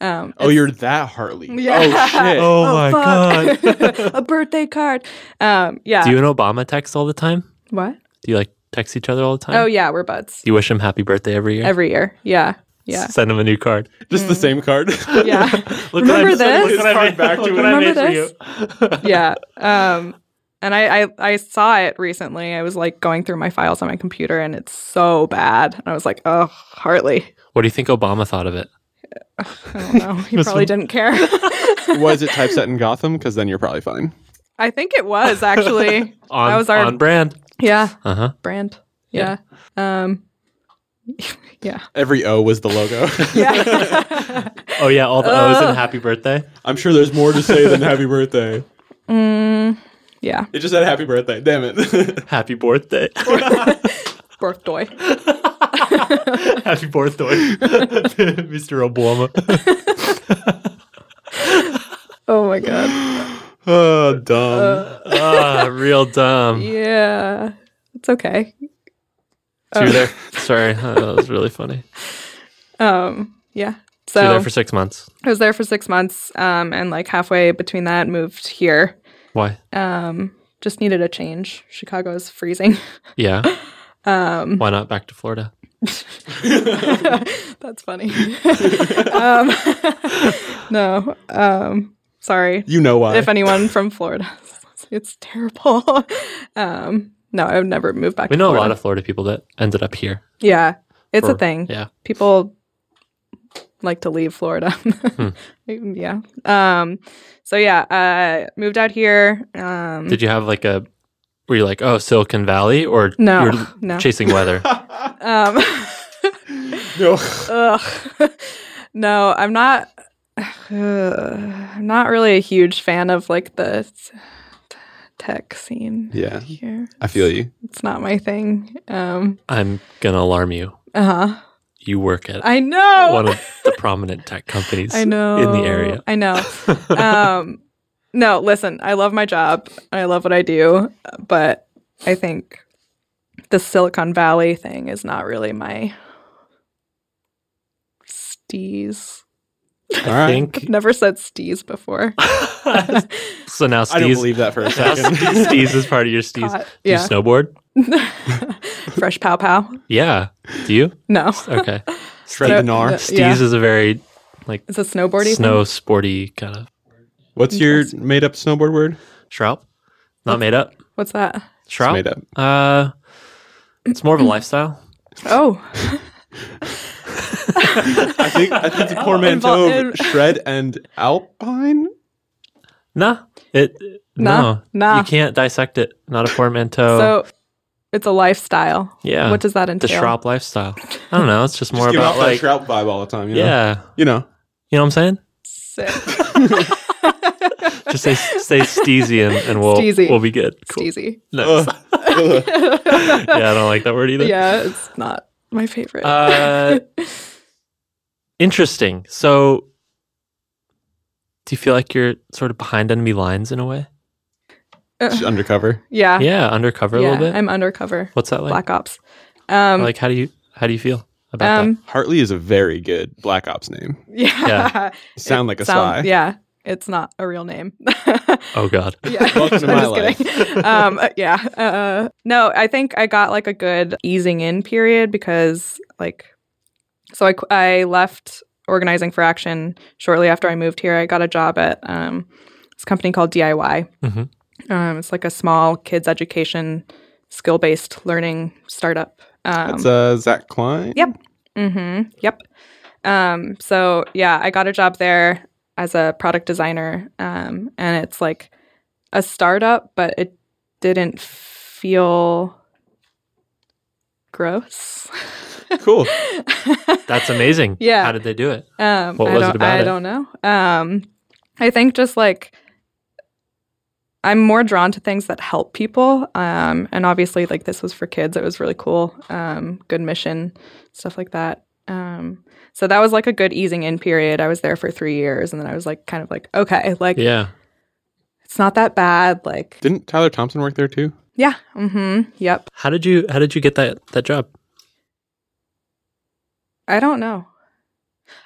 S3: Um,
S4: Oh, you're that Hartley.
S3: Yeah.
S4: Oh shit.
S2: Oh my
S3: God. a birthday card. Um, yeah.
S2: Do you and Obama text all the time?
S3: what?
S2: Do you like text each other all the time?
S3: Oh, yeah. We're buds
S2: Do you wish him happy birthday every year?
S3: every year. Yeah. Yeah.
S2: S- Send him a new card.
S4: Just
S3: Mm.
S4: the same card.
S3: Yeah.
S2: Look
S3: Remember
S2: what I-
S3: this?
S2: Look what I
S4: Card
S2: made,
S4: back
S2: back to look
S4: to him.
S2: what I made
S3: Remember
S2: for
S3: this?
S2: you.
S3: yeah. Um, and I, I I saw it recently. I was like going through my files on my computer, and it's so bad. And I was like, oh, Hartley.
S2: What do you think Obama thought of it?
S3: I don't know. He probably didn't care.
S4: was it typeset in Gotham? Because then you're probably fine.
S3: I think it was actually.
S2: On,
S3: That was our-
S2: on brand.
S3: Yeah.
S2: Uh huh.
S3: Brand.
S2: Yeah.
S3: Yeah. Um. Yeah.
S4: Every O was the logo.
S3: Yeah.
S2: Oh yeah, all the O's
S3: Ugh.
S2: and happy birthday.
S4: I'm sure there's more to say than happy birthday.
S3: mm, yeah.
S4: It just said happy birthday. Damn it.
S2: Happy birthday.
S3: Birthday.
S2: happy birthday, Mr. Obama.
S3: Oh my god.
S4: oh, dumb.
S3: Uh,
S2: Ah, real dumb.
S3: Yeah. It's okay.
S2: So you're there. Sorry, uh, that was really funny.
S3: Um. Yeah.
S2: So, you're
S3: So
S2: there for six months.
S3: I was there for six months. Um. And like halfway between that, moved here.
S2: Why?
S3: Um. Just needed a change. Chicago is freezing.
S2: Yeah.
S3: Um.
S2: Why not back to Florida?
S3: That's funny. um, no. Um. Sorry.
S4: you know why.
S3: if anyone from Florida. It's terrible. um, no, I would never move back.
S2: We
S3: to
S2: know a
S3: Florida.
S2: lot of Florida people that ended up here.
S3: Yeah, it's
S2: for-
S3: a thing.
S2: Yeah.
S3: People like to leave Florida.
S2: Hmm.
S3: yeah. Um, so yeah, uh, moved out here. Um,
S2: Did you have like a? Were you like, oh, Silicon Valley, or
S3: No,
S2: you were
S3: no.
S2: chasing weather?
S3: um,
S4: no.
S3: ugh. no, I'm not. I'm not really a huge fan of like the t- tech scene
S4: Yeah,
S3: here.
S4: I feel you.
S3: It's not my thing. Um,
S2: I'm gonna alarm you.
S3: uh huh.
S2: You work at
S3: I know.
S2: one of the prominent tech companies.
S3: I know
S2: in the area.
S3: I know. um, no, listen. I love my job. I love what I do, but I think the Silicon Valley thing is not really my steez.
S4: All
S2: I
S4: right.
S2: think.
S3: I've never said steez before.
S2: so now
S4: I don't
S2: Steez.
S4: believe that for a
S2: Now
S4: second.
S2: Steez is part of your Steez.
S3: Caught.
S2: Do
S3: yeah.
S2: you snowboard?
S3: Fresh pow pow.
S2: Yeah. Do you?
S3: No.
S2: Okay.
S4: Shred
S3: No,
S4: the gnar.
S3: no.
S2: Steez
S3: Yeah.
S2: is a very
S3: It's a snowboardy
S2: snow sporty kind of
S4: What's your made up snowboard word?
S2: shroud. Not made up.
S3: thing. What's that?
S4: It's
S2: Shroud.
S4: made up.
S2: Uh, it's more of a lifestyle.
S3: Oh,
S4: I think I think the poor man
S3: Invol-
S4: Tove,
S3: in-
S4: shred and alpine.
S2: Nah, it
S3: Nah,
S2: no,
S3: nah.
S2: You can't dissect it. Not a portmanteau.
S3: so it's a lifestyle.
S2: yeah,
S3: What does that
S2: the
S3: entail?
S2: Schraub lifestyle? I don't know. It's just more
S4: Just give
S2: about
S4: out
S2: like
S4: that shrout vibe all the time. You know?
S2: yeah,
S4: You know.
S2: you know what I'm saying.
S3: Sick.
S2: Just say say steezy and, and we'll
S3: Steezy.
S2: we'll be good. Cool.
S3: Steezy.
S2: Nice.
S4: Ugh. Ugh.
S2: yeah, I don't like that word either.
S3: yeah, it's not my favorite.
S2: Uh, interesting. So, do you feel like you're sort of behind enemy lines in a way?
S4: Just undercover.
S3: yeah.
S2: yeah, undercover a
S3: yeah,
S2: little bit.
S3: I'm undercover.
S2: What's that like?
S3: Black Ops. Um,
S2: like, how do you how do you feel about
S3: um
S4: Hartley is a very good Black Ops name.
S3: yeah.
S2: Yeah.
S4: Sound like a
S3: Sound-
S4: spy.
S3: Yeah. It's not a real name.
S2: that? Oh God.
S3: yeah.
S4: Welcome to my
S3: I'm just kidding. um, uh, yeah. Uh, no, I think I got like a good easing in period because like, so I, qu- I left organizing for action shortly after I moved here. I got a job at um, this company called DIY.
S2: Mhm.
S4: Mm-hmm.
S3: Um, it's like a small kids education, skill based learning startup. Um,
S4: That's uh, Zach Klein.
S3: Yep. Mm-hmm. Yep. Um, so yeah, I got a job there as a product designer, um, and it's like a startup, but it didn't feel gross.
S4: Cool.
S2: That's amazing.
S3: Yeah.
S2: How did they do it?
S3: Um,
S2: What
S3: I
S2: was it
S3: don't,
S2: about
S3: I
S2: it?
S3: don't know. Um, I think just like I'm more drawn to things that help people. Um, and obviously, like this was for kids. It was really cool. Um, good mission, stuff like that. Um, so that was like a good easing in period. I was there for three years, and then I was like, kind of like, okay, like
S2: Yeah.
S3: it's not that bad. Like,
S4: Didn't Tyler Thompson work there too?
S3: yeah, mm-hmm, yep.
S2: How did you How did you get that that job?
S3: I don't know.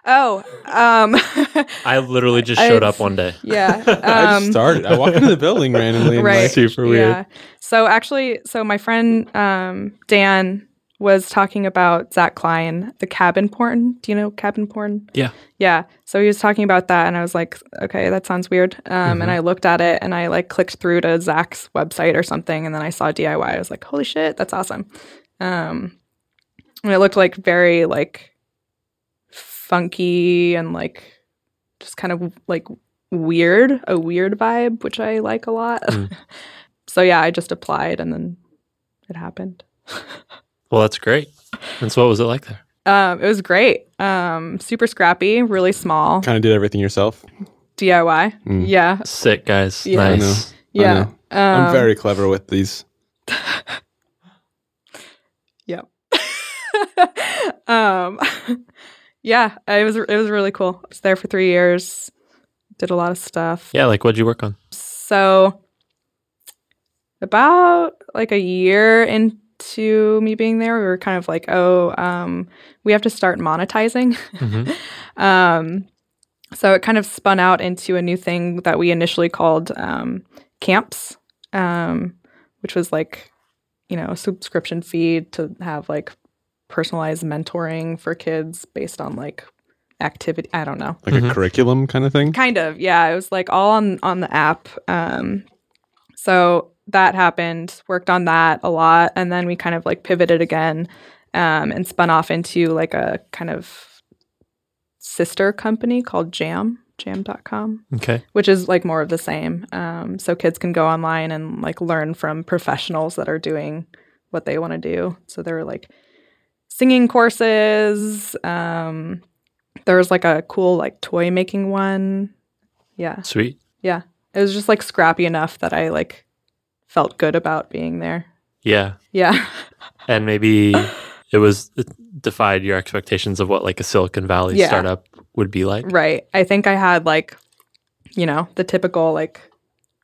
S3: Oh, um,
S2: I literally just showed
S3: I-
S2: up one day.
S3: yeah.
S4: I
S3: um,
S4: just started. I walked into the building randomly. And
S3: Right.
S4: like, super weird.
S3: Yeah. So actually, so my friend um, Dan was talking about Zach Klein, the cabin porn. Do you know cabin porn?
S2: Yeah.
S3: Yeah. So he was talking about that, and I was like, okay, that sounds weird. Um, And I looked at it, and I like clicked through to Zach's website or something, and then I saw DIY. I was like, holy shit, that's awesome. Um, and it looked like very like funky and like just kind of like weird, a weird vibe, which I like a lot.
S5: Mm.
S3: so yeah, I just applied and then it happened.
S2: Well, that's great. And so, what was it like there?
S3: Um, it was great. Um, super scrappy, really small
S4: Kind of did everything yourself.
S3: DIY.
S4: Mm.
S3: Yeah,
S2: Sick guys.
S3: Yeah.
S4: I
S2: Nice.
S3: yeah.
S4: know.
S3: Um,
S4: I'm very clever with these.
S3: um, yeah, it was it was really cool. I was there for three years, did a lot of stuff.
S2: Yeah. Like, what'd you work on?
S3: So about like a year into me being there, we were kind of like, oh, um, we have to start monetizing.
S2: Mhm.
S3: Um, so it kind of spun out into a new thing that we initially called um, camps, um, which was like, you know, a subscription fee to have like personalized mentoring for kids based on like activity. I don't know.
S4: Like
S2: Mhm.
S4: a curriculum kind of thing.
S3: Kind of, yeah. It was like all on on the app. Um, so that happened. Worked on that a lot, and then we kind of like pivoted again, um, and spun off into like a kind of sister company called Jam Jam.com,
S2: Okay.
S3: which is like more of the same. Um, so kids can go online and like learn from professionals that are doing what they want to do. So there were like singing courses. Um, there was like a cool like toy making one. Yeah,
S2: Sweet.
S3: it was just like scrappy enough that I like felt good about being there.
S2: Yeah.
S3: Yeah,
S2: And maybe it was it defied your expectations of what like a Silicon Valley
S3: Yeah.
S2: startup would be like.
S3: right. I think I had like, you know, the typical like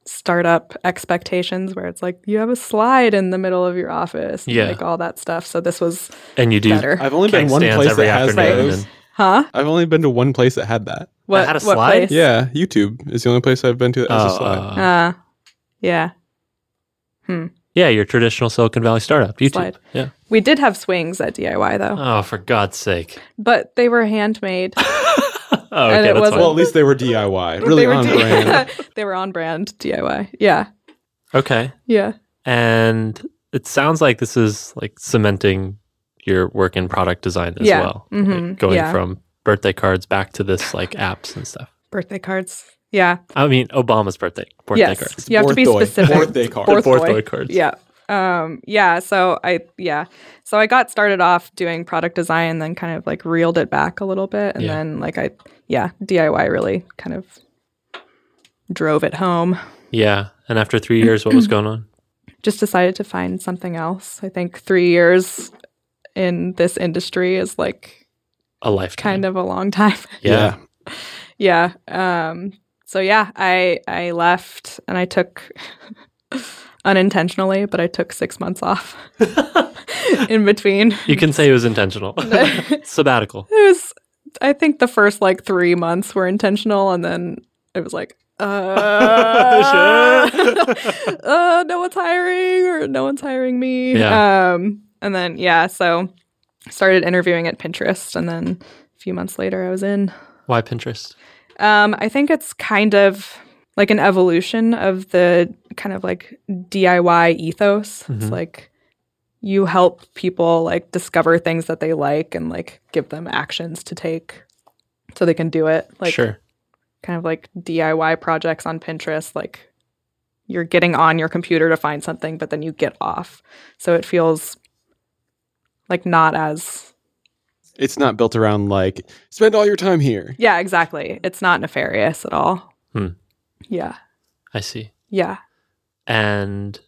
S3: startup expectations where it's like you have a slide in the middle of your office, and,
S2: Yeah.
S3: like all that stuff. So this was
S2: And you do.
S3: better,
S4: I've only been
S2: keg
S4: one
S2: stands
S4: place
S2: every
S4: that has
S2: afternoon
S4: those.
S2: and-
S3: huh?
S4: I've only been to one place that had that.
S3: What
S2: had a
S3: what
S2: slide?
S3: place?
S4: Yeah, YouTube is the only place I've been to that has
S2: Oh,
S4: a slide.
S2: uh,
S3: Uh, yeah.
S2: yeah, your traditional Silicon Valley startup, YouTube.
S3: Slide.
S2: Yeah.
S3: We did have swings at DIY though,
S2: Oh, for God's sake.
S3: but they were handmade.
S2: oh,
S3: And
S2: okay,
S3: it
S2: that's
S3: wasn't-
S2: fine.
S4: well, at least they were DIY. Really
S3: they were
S4: on
S3: D-
S4: brand.
S3: they were on brand DIY. Yeah.
S2: Okay.
S3: Yeah.
S2: And it sounds like this is like cementing your work in product design as
S3: Yeah.
S2: well.
S3: Mhm.
S2: Like, going
S3: Yeah.
S2: from birthday cards back to this like apps and stuff.
S3: Birthday cards. Yeah.
S2: I mean, Obama's birthday birthday
S3: yes.
S2: cards.
S3: You have to be
S4: Borthoy.
S3: specific.
S4: Borthoy card.
S3: Borthoy.
S2: Borthoy cards.
S3: Yeah. Um, yeah. So I, yeah. So I got started off doing product design and then kind of like reeled it back a little bit. And
S2: Yeah.
S3: then like I, yeah, DIY really kind of drove it home.
S2: Yeah. And after three years, what was going on?
S3: just decided to find something else. I think three years in this industry is like
S2: A lifetime.
S3: kind of a long time.
S2: Yeah.
S3: yeah. Um, so yeah, I I left and I took unintentionally, but I took six months off in between.
S2: You can say it was intentional.
S3: it
S2: Sabbatical.
S3: was I think the first like three months were intentional and then it was like uh,
S2: Sure.
S3: uh, no one's hiring or no one's hiring me. Um, and then yeah, so started interviewing at Pinterest, and then a few months later, I was in.
S2: Why Pinterest?
S3: Um, I think it's kind of like an evolution of the kind of like DIY ethos. It's
S2: Mhm.
S3: like you help people like discover things that they like and like give them actions to take so they can do it. Like
S2: sure.
S3: kind of like DIY projects on Pinterest, like you're getting on your computer to find something, but then you get off. So it feels like not as
S4: It's not built around like spend all your time here.
S3: yeah, exactly. It's not nefarious at all.
S2: Hmm.
S3: Yeah,
S2: I see.
S3: yeah.
S2: And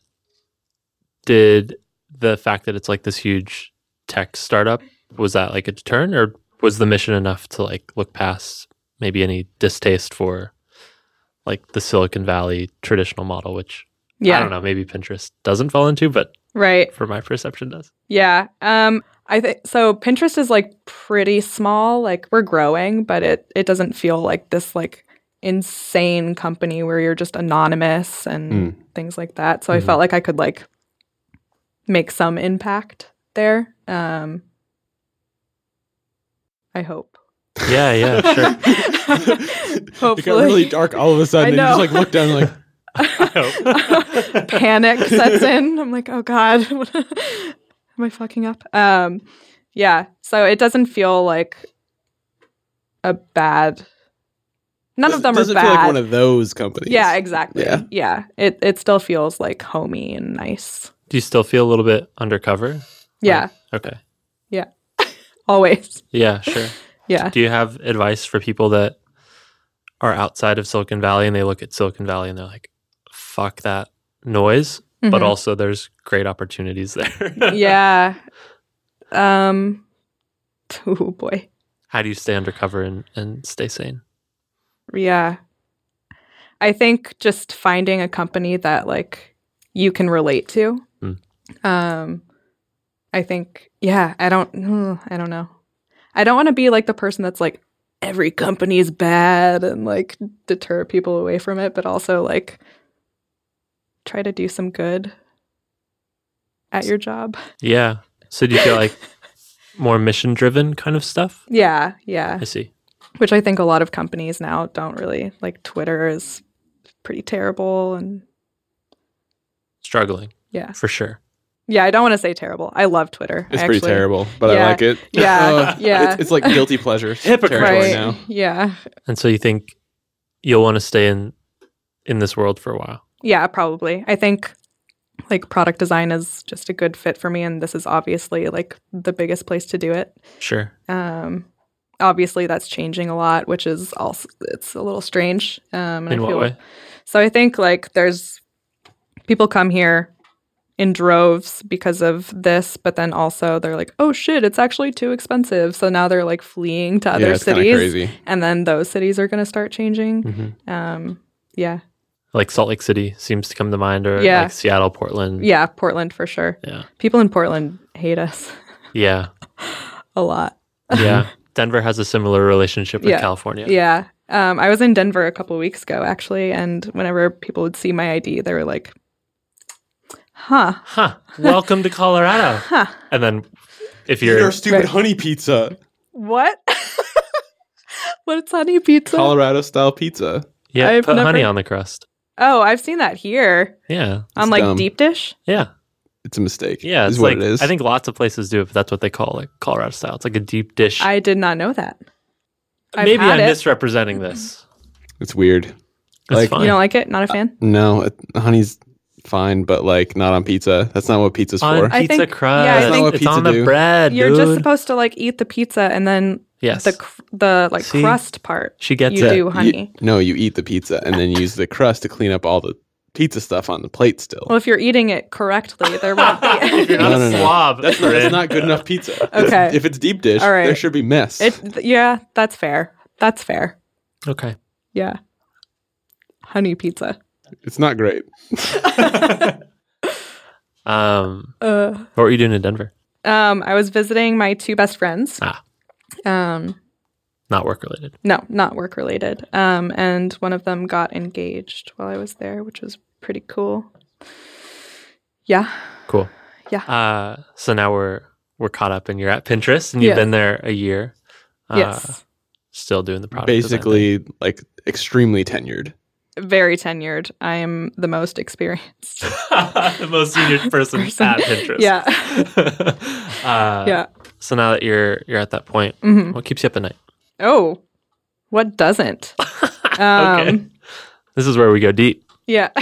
S2: did the fact that it's like this huge tech startup was that like a turn, or was the mission enough to like look past maybe any distaste for like the Silicon Valley traditional model, which
S3: Yeah.
S2: I don't know, maybe Pinterest doesn't fall into, but
S3: Right.
S2: for my perception does.
S3: Yeah. Um I think so Pinterest is like pretty small. Like we're growing, but it it doesn't feel like this like insane company where you're just anonymous and
S4: Mm.
S3: things like that. So I felt like I could like make some impact there. Um I hope.
S2: Yeah, yeah, sure.
S4: It got really dark all of a sudden.
S3: I
S4: And you just
S3: know.
S4: like look down and like,
S2: hope.
S3: Panic sets in. I'm like, oh God, what- am I fucking up? Um, yeah. So it doesn't feel like a bad. None of them
S4: doesn't
S3: are
S4: feel like
S3: bad.
S4: one of those companies.
S3: yeah, exactly.
S4: Yeah.
S3: Yeah. It it still feels like homey and nice.
S2: Do you still feel a little bit undercover?
S3: Yeah.
S2: Okay.
S3: Always.
S2: Yeah, sure.
S3: Yeah.
S2: Do you have advice for people that are outside of Silicon Valley and they look at Silicon Valley and they're like, fuck that noise? But
S3: Mhm.
S2: also, there's great opportunities there.
S3: yeah. Um. Oh boy.
S2: How do you stay undercover and, and stay sane?
S3: Yeah. I think just finding a company that like you can relate to. Um I think yeah, I don't hmm, I don't know. I don't want to be like the person that's like every company is bad and like deter people away from it, but also like try to do some good at your job.
S2: Yeah. So do you feel like more mission driven kind of stuff?
S3: Yeah, yeah.
S2: I see.
S3: which I think a lot of companies now don't really like. Twitter is pretty terrible, and
S2: Struggling
S3: yeah,
S2: for sure.
S3: yeah. I don't want to say terrible. I love Twitter.
S4: It's
S3: I
S4: pretty
S3: actually-
S4: terrible, but
S3: yeah.
S4: I like it. Oh,
S3: Yeah, yeah.
S4: It's, it's like guilty pleasure
S2: Hypocrite.
S4: territory
S3: Right.
S4: now.
S3: Yeah,
S2: And so you think you'll want to stay in in this world for a while.
S3: yeah. Probably. I think like product design is just a good fit for me, and this is obviously like the biggest place to do it.
S2: Sure.
S3: Um, obviously, that's changing a lot, which is also it's a little strange. Um, and
S2: in
S3: I
S2: what
S3: feel
S2: way?
S3: So I think like there's people come here in droves because of this, but then also they're like, oh shit, it's actually too expensive. So now they're like fleeing to other
S4: yeah, it's kinda
S3: cities,
S4: crazy.
S3: and then those cities are going to start changing.
S2: hmm
S3: Um, yeah,
S2: Like Salt Lake City seems to come to mind, or
S3: Yeah.
S2: like Seattle, Portland.
S3: yeah, Portland for sure.
S2: Yeah.
S3: People in Portland hate us
S2: Yeah.
S3: a lot.
S2: Yeah. Denver has a similar relationship with
S3: Yeah.
S2: California.
S3: Yeah. Um, I was in Denver a couple weeks ago actually, and whenever people would see my ID, they were like, "Huh,
S2: Huh. Welcome to Colorado.
S3: huh,
S2: And then if
S4: Eat
S2: you're
S4: our stupid
S3: Right.
S4: honey pizza,
S3: what? What's honey pizza?"
S4: Colorado style pizza.
S2: yeah,
S3: I've
S2: put honey
S3: never-
S2: on the crust.
S3: Oh, I've seen that here
S2: Yeah.
S3: on
S4: It's
S3: like
S4: dumb.
S3: deep dish.
S2: Yeah.
S4: It's a mistake.
S2: Yeah,
S4: is
S2: it's
S4: what
S2: like
S4: it is.
S2: I think lots of places do it, but that's what they call like Colorado style. It's like a deep dish.
S3: I did not know that. I've
S2: Maybe I'm
S3: had it.
S2: misrepresenting this.
S4: it's weird.
S2: It's
S4: Like-
S2: fine.
S3: You don't like it? Not a fan.
S4: No, it- honey's fine, but like not on pizza. That's not what pizza's
S2: on
S4: for.
S3: I
S2: pizza
S3: think-
S2: crust.
S3: yeah, I
S4: think-
S2: it's
S4: Pizza
S2: on the
S4: do.
S2: bread,
S3: You're
S2: dude.
S3: just supposed to like eat the pizza and then
S2: yes.
S3: the cr- the like
S2: See?
S3: crust part.
S2: she gets
S3: you
S2: it.
S3: do honey.
S4: no, you eat the pizza and then use the crust to clean up all the pizza stuff on the plate. Still,
S3: Well, if you're eating it correctly, there won't
S2: if
S3: be.
S2: you're not
S4: No,
S2: a
S4: no, no.
S2: slob,
S4: that's not, that's
S2: Bryn.
S4: not good enough pizza.
S3: Okay.
S4: if it's deep dish,
S3: All right.
S4: there should be mess.
S3: it, th- yeah, that's fair. That's fair.
S2: Okay.
S3: Yeah. Honey pizza.
S4: it's not great.
S2: Um,
S3: Uh,
S2: what were you doing in Denver?
S3: um, I was visiting my two best friends.
S2: Ah.
S3: Um,
S2: Not work related.
S3: No, not work related. Um, and one of them got engaged while I was there, which was pretty cool. Yeah.
S2: Cool.
S3: Yeah.
S2: Uh, so now we're we're caught up, and you're at Pinterest, and you've
S3: Yeah.
S2: been there a year. Uh,
S3: yes.
S2: Still doing the product. design thing.
S4: Basically, like extremely tenured.
S3: Very tenured. I am the most experienced.
S2: the most senior person,
S3: Person.
S2: at Pinterest.
S3: Yeah.
S2: uh,
S3: yeah.
S2: So now that you're you're at that point,
S3: hmm
S2: what keeps you up at night?
S3: Oh, what doesn't? Um,
S2: okay. This is where we go deep.
S3: Yeah.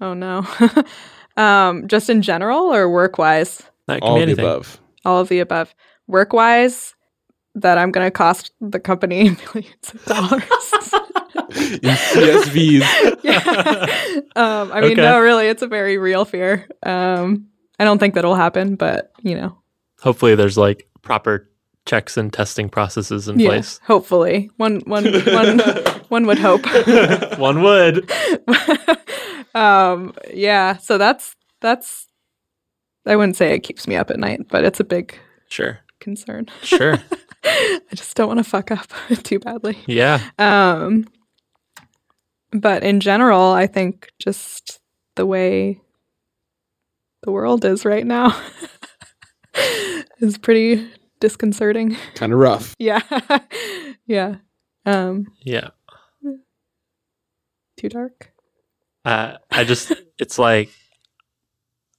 S3: oh, no. um, just in general or work wise?
S2: That can
S4: All
S2: be
S4: of the
S2: anything.
S4: above.
S3: All of the above. Work wise, that I'm going to cost the company millions of dollars.
S4: In CSVs,
S3: yeah. um, I mean,
S2: Okay.
S3: no, really, it's a very real fear. Um, I don't think that'll happen, but you know,
S2: Hopefully, there's like proper
S6: checks and testing processes in
S3: Yeah,
S6: place.
S3: hopefully. One one one one would hope.
S6: One would.
S3: um yeah, so that's that's I wouldn't say it keeps me up at night, but it's a big
S6: Sure.
S3: concern.
S6: Sure.
S3: I just don't want to fuck up too badly.
S6: Yeah.
S3: Um, but in general, I think just the way the world is right now is pretty disconcerting.
S4: Kind of rough.
S3: Yeah. yeah. Um,
S6: Yeah.
S3: too dark.
S6: Uh, I just, it's like,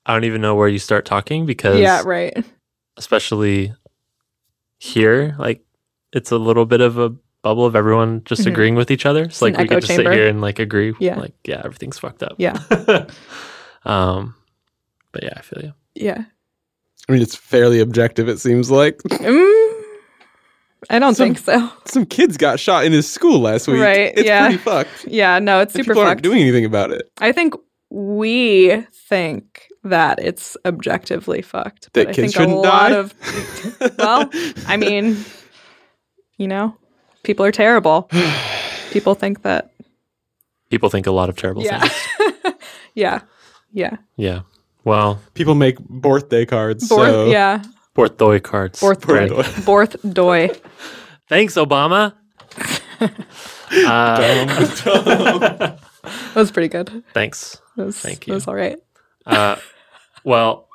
S6: I don't even know where you start talking because,
S3: Yeah, right.
S6: especially here, like, it's a little bit of a bubble of everyone just
S3: Mhm.
S6: agreeing with each other.
S3: It's
S6: so, like,
S3: an
S6: we
S3: echo
S6: get to
S3: chamber.
S6: sit here and, like, agree.
S3: Yeah.
S6: Like, yeah, everything's fucked up.
S3: Yeah.
S6: um, but yeah, I feel you.
S3: Yeah.
S4: I mean, it's fairly objective, it seems like.
S3: Mm, I don't
S4: Some-
S3: think so.
S4: Some kids got shot in his school last week.
S3: Right,
S4: It's
S3: yeah.
S4: pretty fucked.
S3: Yeah, no, it's
S4: And
S3: super
S4: people aren't
S3: fucked.
S4: doing anything about it.
S3: I think we think that it's objectively fucked.
S4: That
S3: but
S4: kids
S3: I think a
S4: shouldn't
S3: lot
S4: die?
S3: of Well, I mean, you know, people are terrible. People think that.
S6: People think a lot of terrible
S3: Yeah.
S6: things.
S3: yeah. Yeah.
S6: Yeah. Well,
S4: people make birthday cards.
S3: Borth,
S4: so
S3: yeah.
S6: Porthoy cards.
S3: Borth
S4: Birthday.
S3: doy. Borth doy.
S6: Thanks, Obama. uh,
S4: Um,
S3: That was pretty good.
S6: thanks.
S3: That was,
S6: Thank
S3: That was all right.
S6: Uh, well,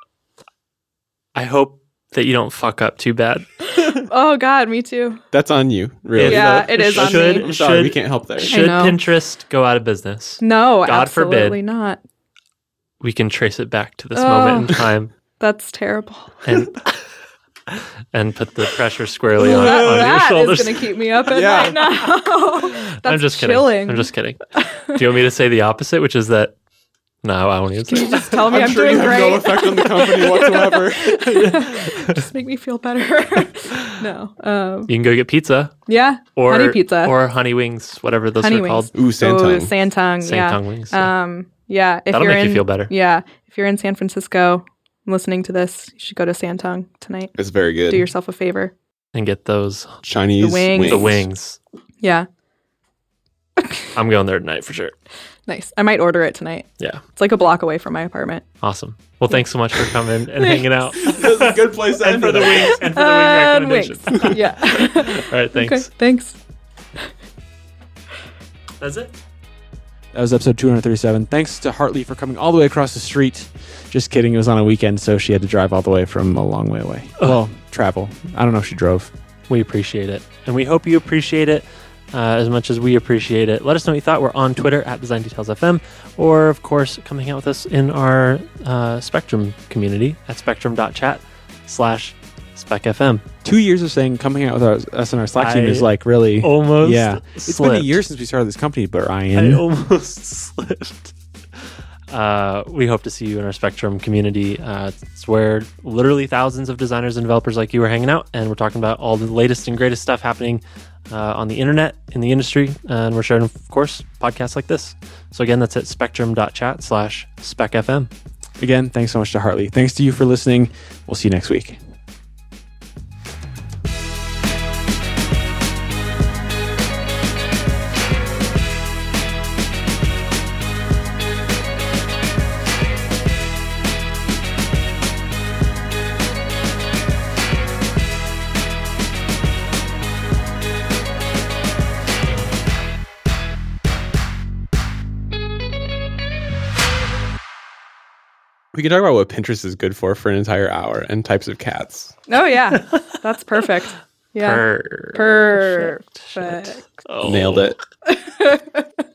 S6: I hope that you don't fuck up too bad.
S3: Oh, God. Me too.
S4: That's on you, really.
S3: Yeah,
S6: though,
S3: it is on
S6: should,
S3: me.
S4: I'm
S6: Should,
S4: sorry, we can't help there.
S6: should
S3: know.
S6: Pinterest go out of business?
S3: No,
S6: God forbid.
S3: absolutely not.
S6: We can trace it back to this moment
S3: Oh.
S6: in time
S3: That's terrible.
S6: and and put the pressure squarely on,
S3: that
S6: on your
S3: that
S6: shoulders.
S3: is going to keep me up at
S4: Yeah.
S3: night now. That's
S6: I'm just
S3: chilling.
S6: kidding. I'm just kidding. Do you want me to say the opposite, which is that? No, I won't even
S3: Can
S6: say.
S3: you just tell me I'm,
S4: sure
S3: doing
S4: you have no
S3: great?
S4: effect on the company whatsoever.
S3: just make me feel better. no. Um,
S6: You can go get pizza
S3: yeah.
S6: or
S3: Honey pizza.
S6: or honey wings, whatever those
S3: Honey
S6: are called.
S4: Ooh,
S3: Oh,
S4: Santong.
S3: Santong.
S6: Same
S3: Yeah.
S6: tongue wings. yeah.
S3: Um, yeah. If
S6: That'll
S3: you're
S6: make
S3: in,
S6: you feel better.
S3: Yeah. If you're in San Francisco listening to this, you should go to Santong tonight.
S4: it's very good.
S3: Do yourself a favor.
S6: And get those
S4: Chinese
S3: The wings.
S6: the wings.
S3: Yeah.
S6: I'm going there tonight for sure.
S3: Nice. I might order it tonight.
S6: Yeah.
S3: It's like a block away from my apartment.
S6: Awesome. Well, thanks so much for coming and hanging out.
S4: That's a good place to end for the
S6: wings and for
S3: And Uh, wings. yeah.
S6: All right, thanks.
S3: Okay. Thanks.
S6: That's it.
S1: That was episode 237. Thanks to Hartley for coming all the way across the street. Just kidding, it was on a weekend, so she had to drive all the way from a long way away. Well, travel. I don't know if she drove.
S2: We appreciate it. And we hope you appreciate it uh, as much as we appreciate it. Let us know what you thought. We're on Twitter at Design Details FM, or, of course, come hang out with us in our uh, Spectrum community at spectrum.chat slash specfm.
S1: Two years of saying coming out with us- us in our Slack team
S2: I
S1: is like really.
S2: Almost
S1: yeah. It's been a
S2: slipped.
S1: year since we started this company,
S2: I
S1: Brian.
S2: almost slipped. Uh, we hope to see you in our Spectrum community. Uh, it's where literally thousands of designers and developers like you are hanging out, and we're talking about all the latest and greatest stuff happening uh, on the internet, in the industry, and we're sharing, of course, podcasts like this. So again, that's at spectrum.chat slash specfm.
S1: Again, thanks so much to Hartley. Thanks to you for listening. We'll see you next week.
S4: We can talk about what Pinterest is good for for an entire hour and types of cats.
S3: Oh, yeah. That's perfect. Yeah.
S6: Purr.
S3: Perfect.
S6: Oh.
S4: Nailed it.